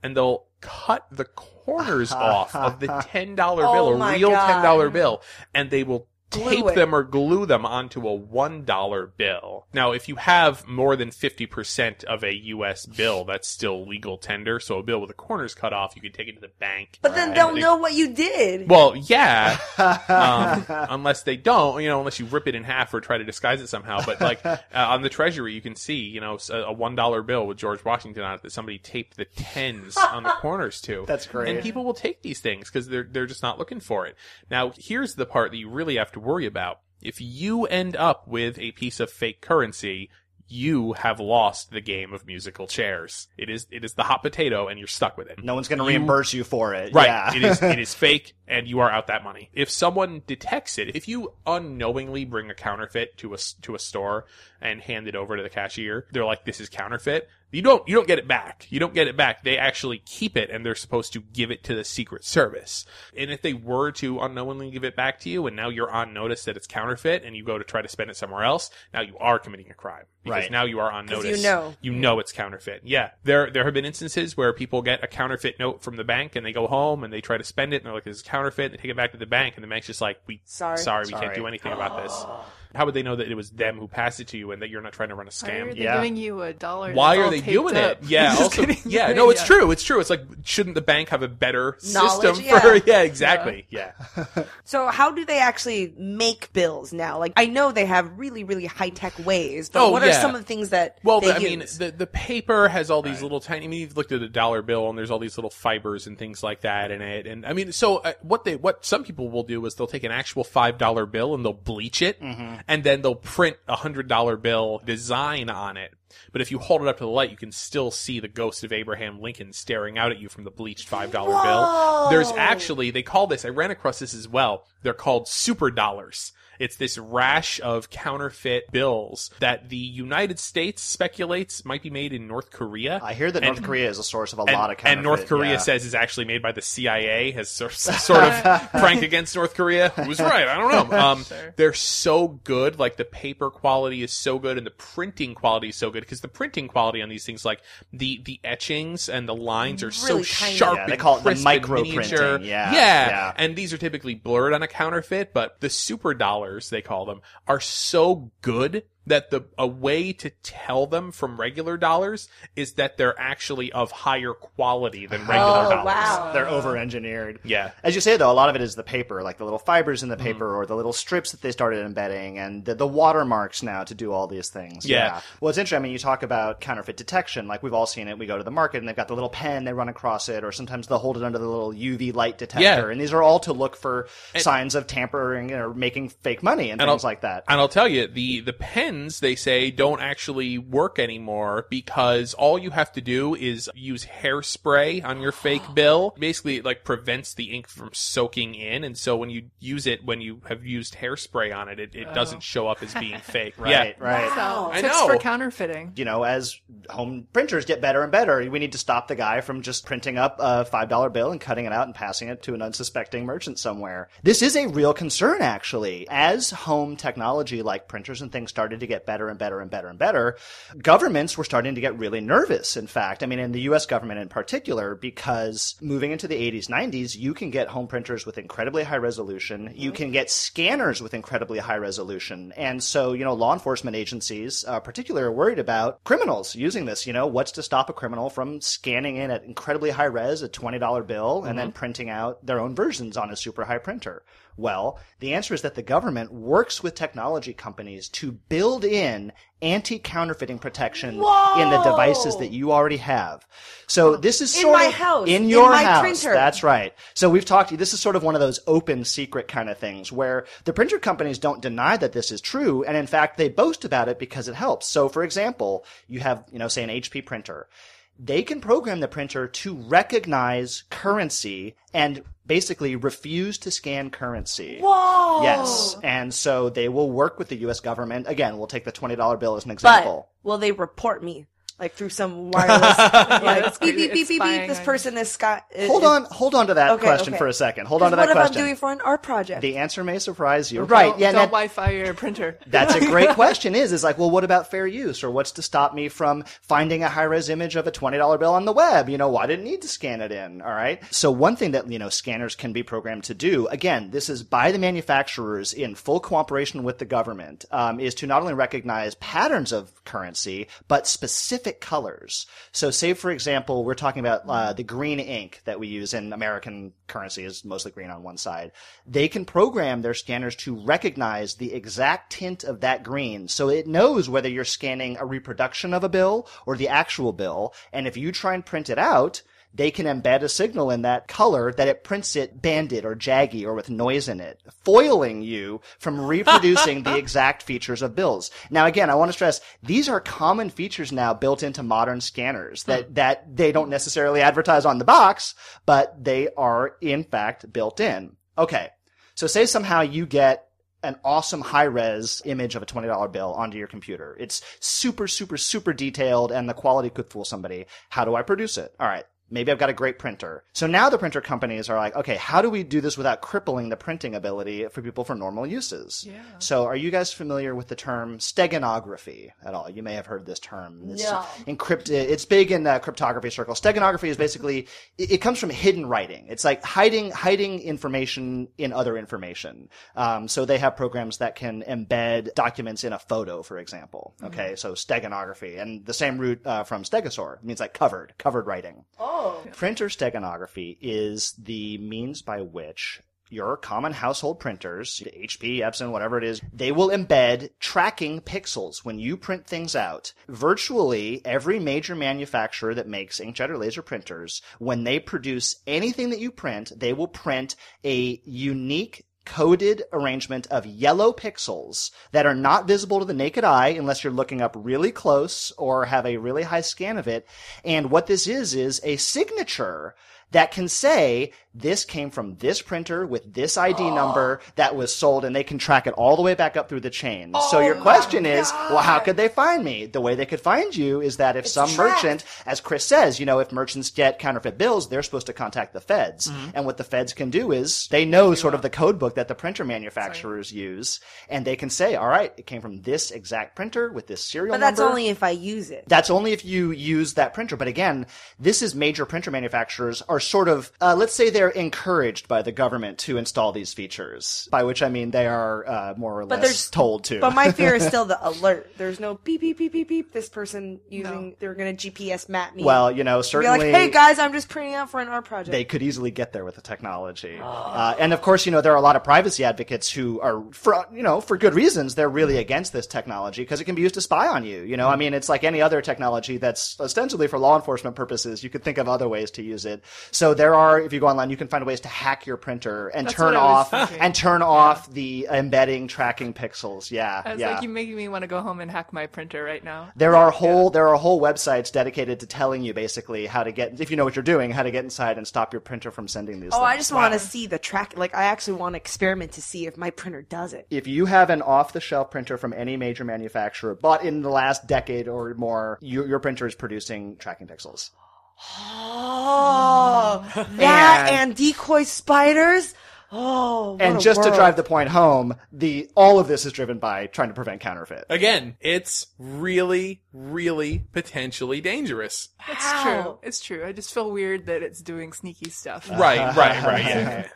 Speaker 5: and they'll cut the corners off of the $10 bill,
Speaker 2: Oh
Speaker 5: a
Speaker 2: my
Speaker 5: real
Speaker 2: God.
Speaker 5: $10 bill, and they will
Speaker 2: Glue
Speaker 5: tape
Speaker 2: it.
Speaker 5: them or glue them onto a $1 bill. Now, if you have more than 50% of a US bill, that's still legal tender. So a bill with the corners cut off, you could take it to the bank. Uh,
Speaker 2: But then
Speaker 5: and
Speaker 2: they'll
Speaker 5: they-
Speaker 2: know what you did.
Speaker 5: Well, yeah, um, unless they don't, you know, unless you rip it in half or try to disguise it somehow. But like uh, on the Treasury, you can see, you know, s- a one dollar bill with George Washington on it that somebody taped the tens on the corners to.
Speaker 3: That's great.
Speaker 5: And people will take these things because they're they're just not looking for it. Now, here's the part that you really have to worry about. If you end up with a piece of fake currency, you have lost the game of musical chairs. It is it is the hot potato and you're stuck with it.
Speaker 3: No one's going to reimburse you for it.
Speaker 5: Right.
Speaker 3: Yeah.
Speaker 5: it is it is fake and you are out that money. If someone detects it, if you unknowingly bring a counterfeit to a s- to a store and hand it over to the cashier, they're like this is counterfeit. You don't you don't get it back. You don't get it back. They actually keep it and they're supposed to give it to the secret service. And if they were to unknowingly give it back to you and now you're on notice that it's counterfeit and you go to try to spend it somewhere else, now you are committing a crime because
Speaker 3: Right.
Speaker 5: now you are on
Speaker 2: 'Cause you
Speaker 5: notice.
Speaker 2: know.
Speaker 5: You know it's counterfeit. Yeah. There there have been instances where people get a counterfeit note from the bank and they go home and they try to spend it and they're like, this is counterfeit. And they take it back to the bank and the bank's just like, we
Speaker 2: Sorry.
Speaker 5: sorry, we
Speaker 3: Sorry.
Speaker 5: can't do anything about this. How would they know that it was them who passed it to you and that you're not trying to run a
Speaker 4: Why are
Speaker 5: scam?
Speaker 4: they
Speaker 3: Yeah.
Speaker 4: giving you a dollar?
Speaker 5: Why
Speaker 4: that's
Speaker 5: are
Speaker 4: all
Speaker 5: they
Speaker 4: taped
Speaker 5: doing
Speaker 4: up?
Speaker 5: it? Yeah.
Speaker 4: Just
Speaker 5: Also,
Speaker 4: kidding.
Speaker 5: yeah. No, it's
Speaker 4: Yeah.
Speaker 5: true. It's true. It's like, shouldn't the bank have a better
Speaker 2: Knowledge,
Speaker 5: system for?
Speaker 2: yeah.
Speaker 5: Yeah. Exactly. Yeah.
Speaker 2: So how do they actually make bills now? Like I know they have really really high tech ways, but
Speaker 5: Oh,
Speaker 2: what are
Speaker 5: yeah.
Speaker 2: some of the things that
Speaker 5: Well,
Speaker 2: they
Speaker 5: the, I mean,
Speaker 2: use?
Speaker 5: the the paper has all these little tiny. I mean, you've looked at a dollar bill, and there's all these little fibers and things like that in it. And I mean, so uh, what they what some people will do is they'll take an actual five dollar bill and they'll bleach it, and then they'll print a hundred dollar bill design on it. But if you hold it up to the light, you can still see the ghost of Abraham Lincoln staring out at you from the bleached five dollar bill. There's actually they call this. I ran across this as well. They're called super dollars. It's this rash of counterfeit bills that the United States speculates might be made in North Korea.
Speaker 3: I hear that
Speaker 5: And-
Speaker 3: North Korea is a source of a
Speaker 5: and,
Speaker 3: lot of counterfeit.
Speaker 5: and North Korea
Speaker 3: yeah.
Speaker 5: says is actually made by the CIA as sor- sort of prank against North Korea. Who's right? I don't know. Um, They're so good. Like the paper quality is so good, and the printing quality is so good because the printing quality on these things, like the the etchings and the lines, are so
Speaker 2: Really tiny.
Speaker 3: Mm,
Speaker 5: sharp.
Speaker 3: Yeah, they
Speaker 5: and
Speaker 3: call it the
Speaker 5: crisp and
Speaker 3: microprinting.
Speaker 5: miniature.
Speaker 3: Yeah,
Speaker 5: yeah,
Speaker 3: yeah.
Speaker 5: and these are typically blurred on a counterfeit, but the super dollars they call them are so good that the a way to tell them from regular dollars is that they're actually of higher quality than regular
Speaker 2: Oh,
Speaker 5: dollars.
Speaker 2: wow.
Speaker 3: They're over engineered.
Speaker 5: Yeah. Mm-hmm.
Speaker 3: As you say, though, a lot of it is the paper, like the little fibers in the paper or the little strips that they started embedding and the, the watermarks now to do all these things.
Speaker 5: Yeah.
Speaker 3: Well, it's interesting. I mean, you talk about counterfeit detection. Like, we've all seen it. We go to the market and they've got the little pen, they run across it, or sometimes they'll hold it under the little UV light detector.
Speaker 5: Yeah.
Speaker 3: And these are all to look for signs of tampering or making fake money and,
Speaker 5: And I'll-
Speaker 3: things like that.
Speaker 5: And I'll tell you, the, the pens, they say, don't actually work anymore because all you have to do is use hairspray on your fake bill. Basically, it like prevents the ink from soaking in. And so when you use it, when you have used hairspray on it, it, it doesn't show up as being fake.
Speaker 3: right,
Speaker 5: Yeah.
Speaker 3: right.
Speaker 4: So,
Speaker 5: I
Speaker 4: tips
Speaker 5: know.
Speaker 4: for counterfeiting.
Speaker 3: you know, as home printers get better and better, we need to stop the guy from just printing up a $5 bill and cutting it out and passing it to an unsuspecting merchant somewhere. This is a real concern, actually. As home technology like printers and things started to get better and better and better and better, governments were starting to get really nervous. In fact, I mean, in the US government in particular, because moving into the 80s, 90s, you can get home printers with incredibly high resolution. You can get scanners with incredibly high resolution. And so, you know, law enforcement agencies, uh, particularly, are worried about criminals using this. You know, what's to stop a criminal from scanning in at incredibly high res a $20 bill and then printing out their own versions on a super high printer? Well, the answer is that the government works with technology companies to build in anti counterfeiting protection in the devices that you already have. So this is
Speaker 2: Oh, In
Speaker 3: sort
Speaker 2: my
Speaker 3: of
Speaker 2: house,
Speaker 3: in
Speaker 2: in
Speaker 3: your
Speaker 2: my
Speaker 3: house.
Speaker 2: printer.
Speaker 3: That's that's right. So we've talked. This is sort of one of those open secret kind of things where the printer companies don't deny that this is true, and in fact they boast about it because it helps. So, for example, you have you know say an HP printer. They can program the printer to recognize currency and basically refuse to scan currency.
Speaker 2: Oh!
Speaker 3: Whoa! Yes, and so they will work with the U.S. government. Again, we'll take the twenty dollar bill as an
Speaker 2: but
Speaker 3: example.
Speaker 2: will they report me like through some wireless like
Speaker 4: that's
Speaker 2: beep
Speaker 4: crazy.
Speaker 2: beep beep beep
Speaker 4: It's
Speaker 2: beep
Speaker 4: spying
Speaker 2: this
Speaker 4: on you.
Speaker 2: person is Scott is-
Speaker 3: hold
Speaker 2: is-
Speaker 3: on, hold on to that
Speaker 2: Okay,
Speaker 3: question
Speaker 2: okay.
Speaker 3: for a second. Hold on to that
Speaker 2: what am I
Speaker 3: question.
Speaker 2: doing for an art project?
Speaker 3: the answer may surprise you. Right?
Speaker 4: Don't,
Speaker 3: Yeah.
Speaker 4: Don't
Speaker 3: that-
Speaker 4: Wi-Fi your printer.
Speaker 3: That's a great question. Is is like, well, what about fair use, or what's to stop me from finding a high res image of a twenty dollar bill on the web? You know, why didn't need to scan it in? All right. So one thing that you know scanners can be programmed to do, again, this is by the manufacturers in full cooperation with the government, um, is to not only recognize patterns of currency but specific colors. So, say for example, we're talking about uh, the green ink that we use in American currency is mostly green on one side. They can program their scanners to recognize the exact tint of that green. So it knows whether you're scanning a reproduction of a bill or the actual bill. And if you try and print it out, they can embed a signal in that color that it prints it banded or jaggy or with noise in it, foiling you from reproducing the exact features of bills. Now, again, I want to stress these are common features now built into modern scanners that, that they don't necessarily advertise on the box, but they are in fact built in. Okay. So say somehow you get an awesome high res image of a $20 bill onto your computer. It's super, super, super detailed and the quality could fool somebody. How do I produce it? All right. Maybe I've got a great printer. So now the printer companies are like, okay, how do we do this without crippling the printing ability for people for normal uses? Yeah. So are you guys familiar with the term steganography at all? You may have heard this term. It's yeah. it's big in uh, cryptography circles. Steganography is basically, it, it comes from hidden writing. It's like hiding, hiding information in other information. Um, so they have programs that can embed documents in a photo, for example. Okay. So steganography and the same root uh, from stegosaur It means like covered, covered writing. Printer steganography is the means by which your common household printers, HP, Epson, whatever it is, they will embed tracking pixels when you print things out. Virtually every major manufacturer that makes inkjet or laser printers, when they produce anything that you print, they will print a unique coded arrangement of yellow pixels that are not visible to the naked eye unless you're looking up really close or have a really high scan of it. And what this is, is a signature that can say this came from this printer with this ID number that was sold and they can track it all the way back up through the chain. so your question is, well, how could they find me? The way they could find you is that if some merchant, as Chris says, you know, if merchants get counterfeit bills, they're supposed to contact the feds.
Speaker 2: Mm-hmm.
Speaker 3: And what the feds can do is they know sort of the code book that the printer manufacturers use and they can say, all right, it came from this exact printer with this serial
Speaker 2: But
Speaker 3: number.
Speaker 2: that's only if I use it.
Speaker 3: That's only if you use that printer. But again, this is major printer manufacturers are sort of, uh, let's say they're encouraged by the government to install these features, by which I mean they are uh, more or
Speaker 2: But
Speaker 3: less
Speaker 2: there's
Speaker 3: told to.
Speaker 2: But my fear is still the alert. There's no beep beep beep beep beep. This person using they're gonna GPS map me.
Speaker 3: well, you know,
Speaker 2: be like,
Speaker 3: certainly.
Speaker 2: hey guys, I'm just printing out for an art project.
Speaker 3: they could easily get there with the technology.
Speaker 4: Ah.
Speaker 3: Uh, and of course, you know, there are a lot of privacy advocates who are, for, you know, for good reasons, they're really
Speaker 4: Hmm.
Speaker 3: against this technology because it can be used to spy on you. You know, I mean, it's like any other technology that's ostensibly for law enforcement purposes. You could think of other ways to use it. So there are, if you go online, you can find ways to hack your printer and turn
Speaker 4: what I was
Speaker 3: off,
Speaker 4: thinking.
Speaker 3: and turn off the embedding tracking pixels. Yeah.
Speaker 4: I was
Speaker 3: yeah.
Speaker 4: like, you're making me want to go home and hack my printer right now.
Speaker 3: There are whole there are whole websites dedicated to telling you basically how to get if you know what you're doing how to get inside and stop your printer from sending these.
Speaker 2: oh,
Speaker 3: things.
Speaker 2: I just want to see the track. Like, I actually want to experiment to see if my printer does it.
Speaker 3: If you have an off the shelf printer from any major manufacturer bought in the last decade or more, your, your printer is producing tracking pixels.
Speaker 2: Oh, that and, decoy spiders. Oh, what
Speaker 3: And
Speaker 2: a
Speaker 3: just to
Speaker 2: world.
Speaker 3: drive the point home, the all of this is driven by trying to prevent counterfeit.
Speaker 5: Again, it's really, really potentially dangerous.
Speaker 4: It's true. It's true. I just feel weird that it's doing sneaky stuff.
Speaker 5: Right, right, right. Yeah.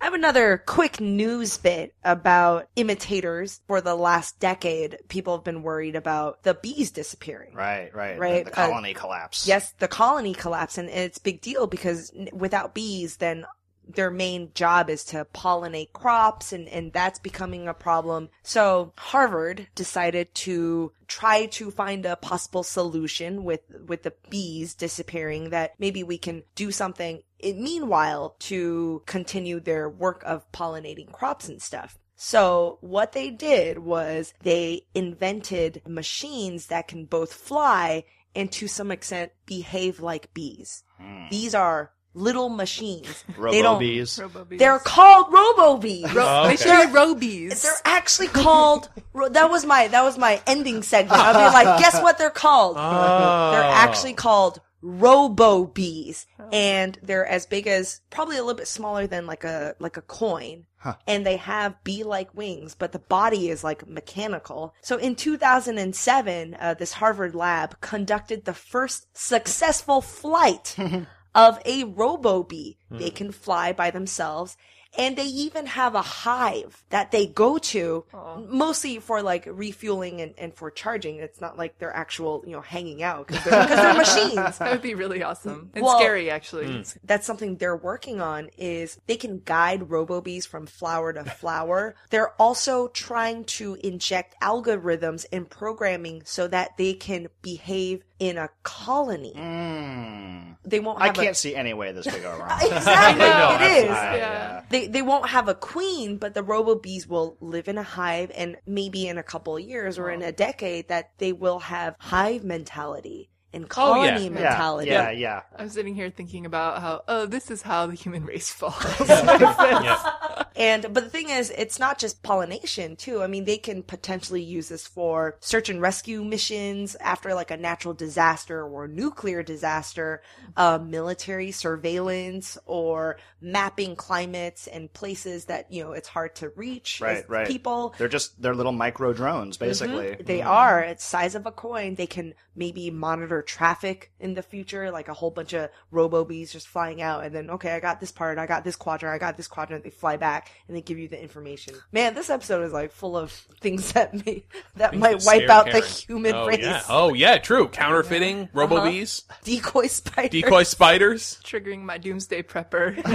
Speaker 2: I have another quick news bit about imitators. For the last decade, people have been worried about the bees disappearing.
Speaker 3: Right, right.
Speaker 2: Right,
Speaker 3: The, the
Speaker 2: uh,
Speaker 3: colony collapse.
Speaker 2: Yes, the colony collapse, and it's a big deal because n- without bees, then their main job is to pollinate crops, and, and that's becoming a problem. So Harvard decided to try to find a possible solution with with the bees disappearing. That maybe we can do something. In, meanwhile, to continue their work of pollinating crops and stuff. So what they did was they invented machines that can both fly and to some extent behave like bees. These are little machines. they
Speaker 3: Robo
Speaker 2: don't,
Speaker 3: bees. Oh,
Speaker 4: Robobees.
Speaker 2: They're called robo bees.
Speaker 4: They should be robies.
Speaker 2: They're actually called. ro- That was my that was my ending segment. I'll be like, guess what they're called?
Speaker 3: Oh.
Speaker 2: They're actually called robo bees, and they're as big as probably a little bit smaller than like a like a coin. And they have bee-like wings, but the body is like mechanical. So in 2007, uh, this Harvard lab conducted the first successful flight of a robo bee. They can fly by themselves. And they even have a hive that they go to mostly for like refueling and, and for charging. It's not like they're actual, you know, hanging out because they're, 'cause they're machines.
Speaker 4: that would be really awesome and
Speaker 2: Well-
Speaker 4: scary, actually.
Speaker 3: Hmm.
Speaker 2: That's something they're working on is they can guide robobees from flower to flower. they're also trying to inject algorithms and programming so that they can behave in a colony.
Speaker 3: Mm.
Speaker 2: They won't.
Speaker 3: I
Speaker 2: Have a-
Speaker 3: can't see any way this could go wrong.
Speaker 2: Exactly,
Speaker 5: No,
Speaker 2: it is.
Speaker 3: I-
Speaker 4: Yeah.
Speaker 2: They, they won't have a queen, but the robo bees will live in a hive, and maybe in a couple of years or in a decade, that they will have hive mentality and
Speaker 5: Oh, yeah.
Speaker 2: colony
Speaker 5: Yeah.
Speaker 2: mentality.
Speaker 3: Yeah, yeah.
Speaker 4: I'm sitting here thinking about how, oh, this is how the human race falls.
Speaker 2: And but the thing is, it's not just pollination too. I mean, they can potentially use this for search and rescue missions after like a natural disaster or nuclear disaster, uh, military surveillance, or mapping climates and places that you know it's hard to reach
Speaker 3: Right,
Speaker 2: as
Speaker 3: right.
Speaker 2: people.
Speaker 3: They're just they're little micro drones, basically.
Speaker 2: Mm-hmm. They
Speaker 5: Mm-hmm.
Speaker 2: are. It's size of a coin. They can maybe monitor traffic in the future, like a whole bunch of robo bees just flying out and then, okay, I got this part, I got this quadrant, I got this quadrant. They fly back and they give you the information. Man, this episode is like full of things that may, that
Speaker 5: Things
Speaker 2: might
Speaker 5: that
Speaker 2: wipe
Speaker 5: scare
Speaker 2: out
Speaker 5: parents.
Speaker 2: the human
Speaker 5: oh,
Speaker 2: race. Uh-huh.
Speaker 5: Yeah. Oh yeah, true. Counterfeiting, robo bees,
Speaker 2: Decoy spider.
Speaker 5: decoy spiders.
Speaker 4: Triggering my doomsday prepper.
Speaker 3: Hmm.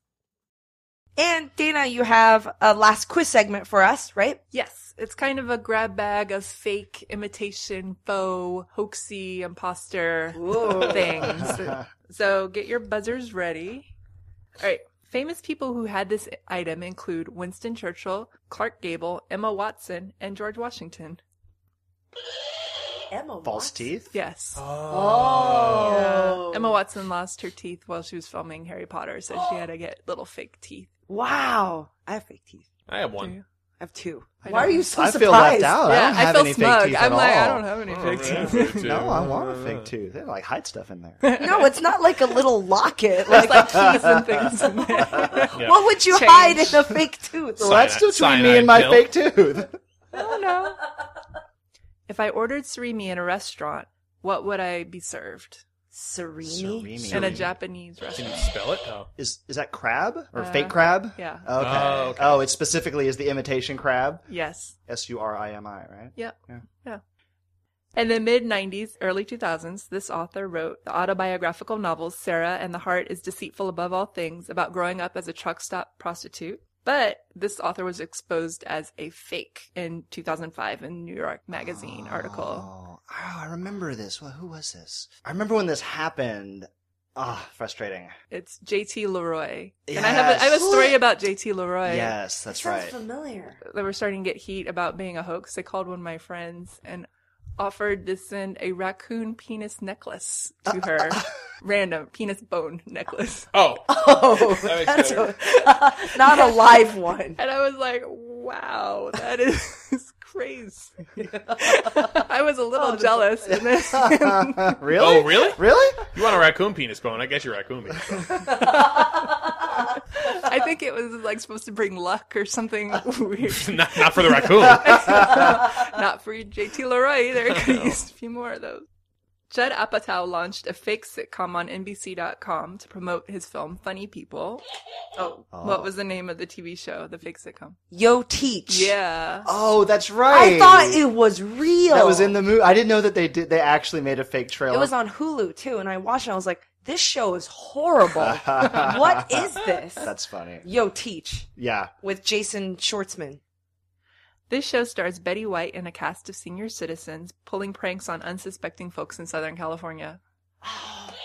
Speaker 2: And Dana, you have a last quiz segment for us, right?
Speaker 4: Yes, it's kind of a grab bag of fake, imitation, faux, hoaxy, imposter things. so get your buzzers ready. All right. Famous people who had this item include Winston Churchill, Clark Gable, Emma Watson, and George Washington.
Speaker 2: Emma.
Speaker 3: False teeth.
Speaker 4: Yes.
Speaker 2: Oh.
Speaker 4: Emma Watson lost her teeth while she was filming Harry Potter, so she had to get little fake teeth.
Speaker 2: Wow. I have fake teeth.
Speaker 5: I have one.
Speaker 2: I have two.
Speaker 4: I
Speaker 2: Why are
Speaker 4: don't-
Speaker 2: you so
Speaker 3: I
Speaker 2: surprised?
Speaker 3: feel left out. Oh, I
Speaker 4: yeah,
Speaker 3: don't
Speaker 4: I,
Speaker 3: have
Speaker 4: feel
Speaker 3: any
Speaker 4: smug.
Speaker 3: fake teeth
Speaker 4: I'm
Speaker 3: at
Speaker 4: like, I
Speaker 3: all.
Speaker 4: don't have any fake teeth.
Speaker 3: No, I want a fake tooth. They like hide stuff in there.
Speaker 2: No, it's not like a little locket. Like,
Speaker 4: There's like keys and things in there.
Speaker 5: Yeah.
Speaker 2: what would you
Speaker 4: Change.
Speaker 2: hide in a fake tooth?
Speaker 3: well, that's
Speaker 5: Cyanide-
Speaker 3: just between me and
Speaker 5: cyanide
Speaker 3: my
Speaker 5: pill.
Speaker 3: fake tooth.
Speaker 4: If I ordered surimi in a restaurant, what would I be served?
Speaker 2: Serene.
Speaker 4: In a Japanese
Speaker 5: Can you
Speaker 4: restaurant.
Speaker 5: spell it? Oh.
Speaker 3: Is is that crab or
Speaker 4: Uh,
Speaker 3: fake crab?
Speaker 4: yeah.
Speaker 3: Okay. Oh,
Speaker 5: Oh, okay.
Speaker 3: it specifically is the imitation crab.
Speaker 4: Yes.
Speaker 3: S U R I M I, right?
Speaker 4: Yep.
Speaker 3: Yeah.
Speaker 4: Yeah. In the mid 90s, early 2000s, this author wrote the autobiographical novels Sarah and the Heart is Deceitful Above All Things about growing up as a truck stop prostitute. But this author was exposed as a fake in 2005 in New York Magazine article.
Speaker 3: Oh, oh, I remember this. Well, who was this? I remember when this happened. Ah, frustrating.
Speaker 4: It's JT Leroy. And I have, a, I have a
Speaker 3: Yes.
Speaker 4: story about JT Leroy.
Speaker 3: Yes, that's
Speaker 2: Sounds
Speaker 3: right.
Speaker 2: familiar.
Speaker 4: that were starting to get heat about being a hoax, I called one of my friends and offered to send a raccoon penis necklace to her. Random penis bone necklace.
Speaker 5: Oh.
Speaker 2: Oh,
Speaker 5: That makes
Speaker 2: that's
Speaker 5: better.
Speaker 2: a- not a live one.
Speaker 4: And I was like, wow, that is crazy. I was a little jealous. And then
Speaker 3: really?
Speaker 5: Oh, really?
Speaker 3: Really?
Speaker 5: You want a raccoon penis bone? I guess you're raccoon penis. Bone.
Speaker 4: I think it was like supposed to bring luck or something weird.
Speaker 5: not, not for the raccoon.
Speaker 4: Not for JT Leroy either. Could have used a few more of those. Judd Apatow launched a fake sitcom on NBC.com to promote his film Funny People. Oh, what was the name of the TV show, the fake sitcom?
Speaker 2: Yo, teach.
Speaker 4: Yeah.
Speaker 3: Oh, that's right.
Speaker 2: I thought it was real.
Speaker 3: that was in the movie. I didn't know that they did. They actually made a fake trailer.
Speaker 2: It was on Hulu too, and I watched it. I was like, this show is horrible. what is this?
Speaker 3: That's funny.
Speaker 2: Yo, teach
Speaker 3: Yeah.
Speaker 2: with Jason Schwartzman.
Speaker 4: This show stars Betty White and a cast of senior citizens pulling pranks on unsuspecting folks in Southern California.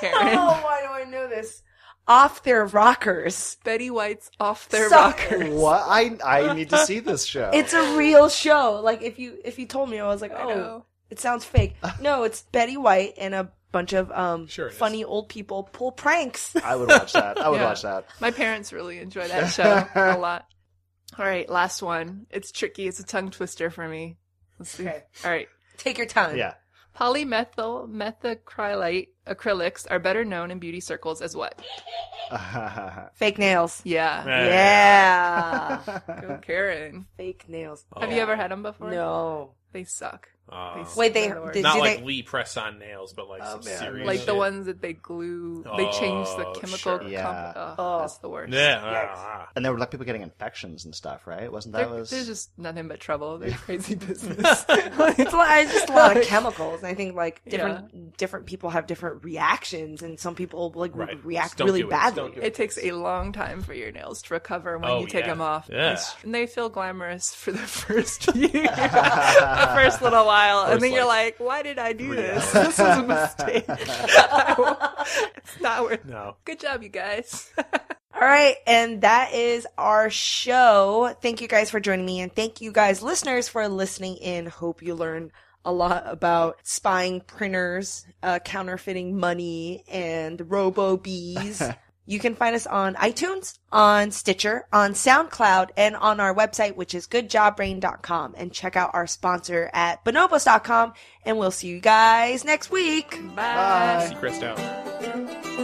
Speaker 4: Karen.
Speaker 2: Oh, why do I know this? Off their rockers.
Speaker 4: Betty White's off their
Speaker 2: So-
Speaker 4: rocker.
Speaker 3: What? I I need to see this show.
Speaker 5: Oh.
Speaker 2: It's a real show. Like if you if you told me, I was like,
Speaker 4: I
Speaker 2: oh,
Speaker 4: know.
Speaker 2: it sounds fake. No, it's Betty White and a bunch of um,
Speaker 5: Sure it is.
Speaker 2: funny old people pull pranks.
Speaker 3: I would watch that. I would
Speaker 4: Yeah.
Speaker 3: watch that.
Speaker 4: My parents really enjoy that show a lot. All right, last one. It's tricky. It's a tongue twister for me. Let's see.
Speaker 2: Okay.
Speaker 4: All right.
Speaker 2: Take your time.
Speaker 3: Yeah.
Speaker 4: Polymethyl methacrylate acrylics are better known in beauty circles as what?
Speaker 2: Fake nails.
Speaker 4: Yeah.
Speaker 5: Eh.
Speaker 2: Yeah.
Speaker 4: Go Karen.
Speaker 2: Fake nails.
Speaker 4: Have you ever had them before?
Speaker 2: No.
Speaker 4: They suck.
Speaker 5: Oh.
Speaker 4: They suck
Speaker 2: Wait, they
Speaker 4: they're the worst.
Speaker 2: did,
Speaker 5: not
Speaker 2: do
Speaker 5: like
Speaker 2: they?
Speaker 5: Lee press on nails, but like some
Speaker 3: man.
Speaker 5: serious
Speaker 4: like the
Speaker 5: shit.
Speaker 4: ones that they glue. They change the
Speaker 5: Oh,
Speaker 4: chemical.
Speaker 5: sure.
Speaker 4: Comp-
Speaker 3: Yeah.
Speaker 4: oh,
Speaker 2: Oh.
Speaker 4: That's the worst.
Speaker 5: Yeah, ah,
Speaker 3: and there were like people getting infections and stuff, right? Wasn't that
Speaker 4: They're,
Speaker 3: was
Speaker 4: they're just nothing but trouble. They're crazy business. Like,
Speaker 2: It's a lot, it's just a lot of chemicals, and I think like different different people have different reactions, and some people like
Speaker 5: Right. Just
Speaker 2: react
Speaker 5: don't
Speaker 2: really
Speaker 5: do it. Just
Speaker 2: badly.
Speaker 5: don't do
Speaker 4: it takes a long time for your nails to recover when
Speaker 5: Oh,
Speaker 4: you take
Speaker 5: yeah.
Speaker 4: them off.
Speaker 5: Yeah.
Speaker 4: It's- And they feel glamorous for the first year, the first little while.
Speaker 5: First,
Speaker 4: and then you're
Speaker 5: like,
Speaker 4: like, why did I do
Speaker 5: three
Speaker 4: this? This was a mistake. it's not worth
Speaker 5: ah. no.
Speaker 4: Good job, you guys.
Speaker 2: All right, and that is our show. Thank you guys for joining me, and thank you guys, listeners, for listening in. Hope you learned a lot about spying printers, uh, counterfeiting money, and robo bees. you can find us on iTunes, on Stitcher, on SoundCloud, and on our website, which is goodjobbrain.com. And check out our sponsor at bonobos.com, and we'll see you guys next week.
Speaker 4: Bye.
Speaker 5: Secrets down.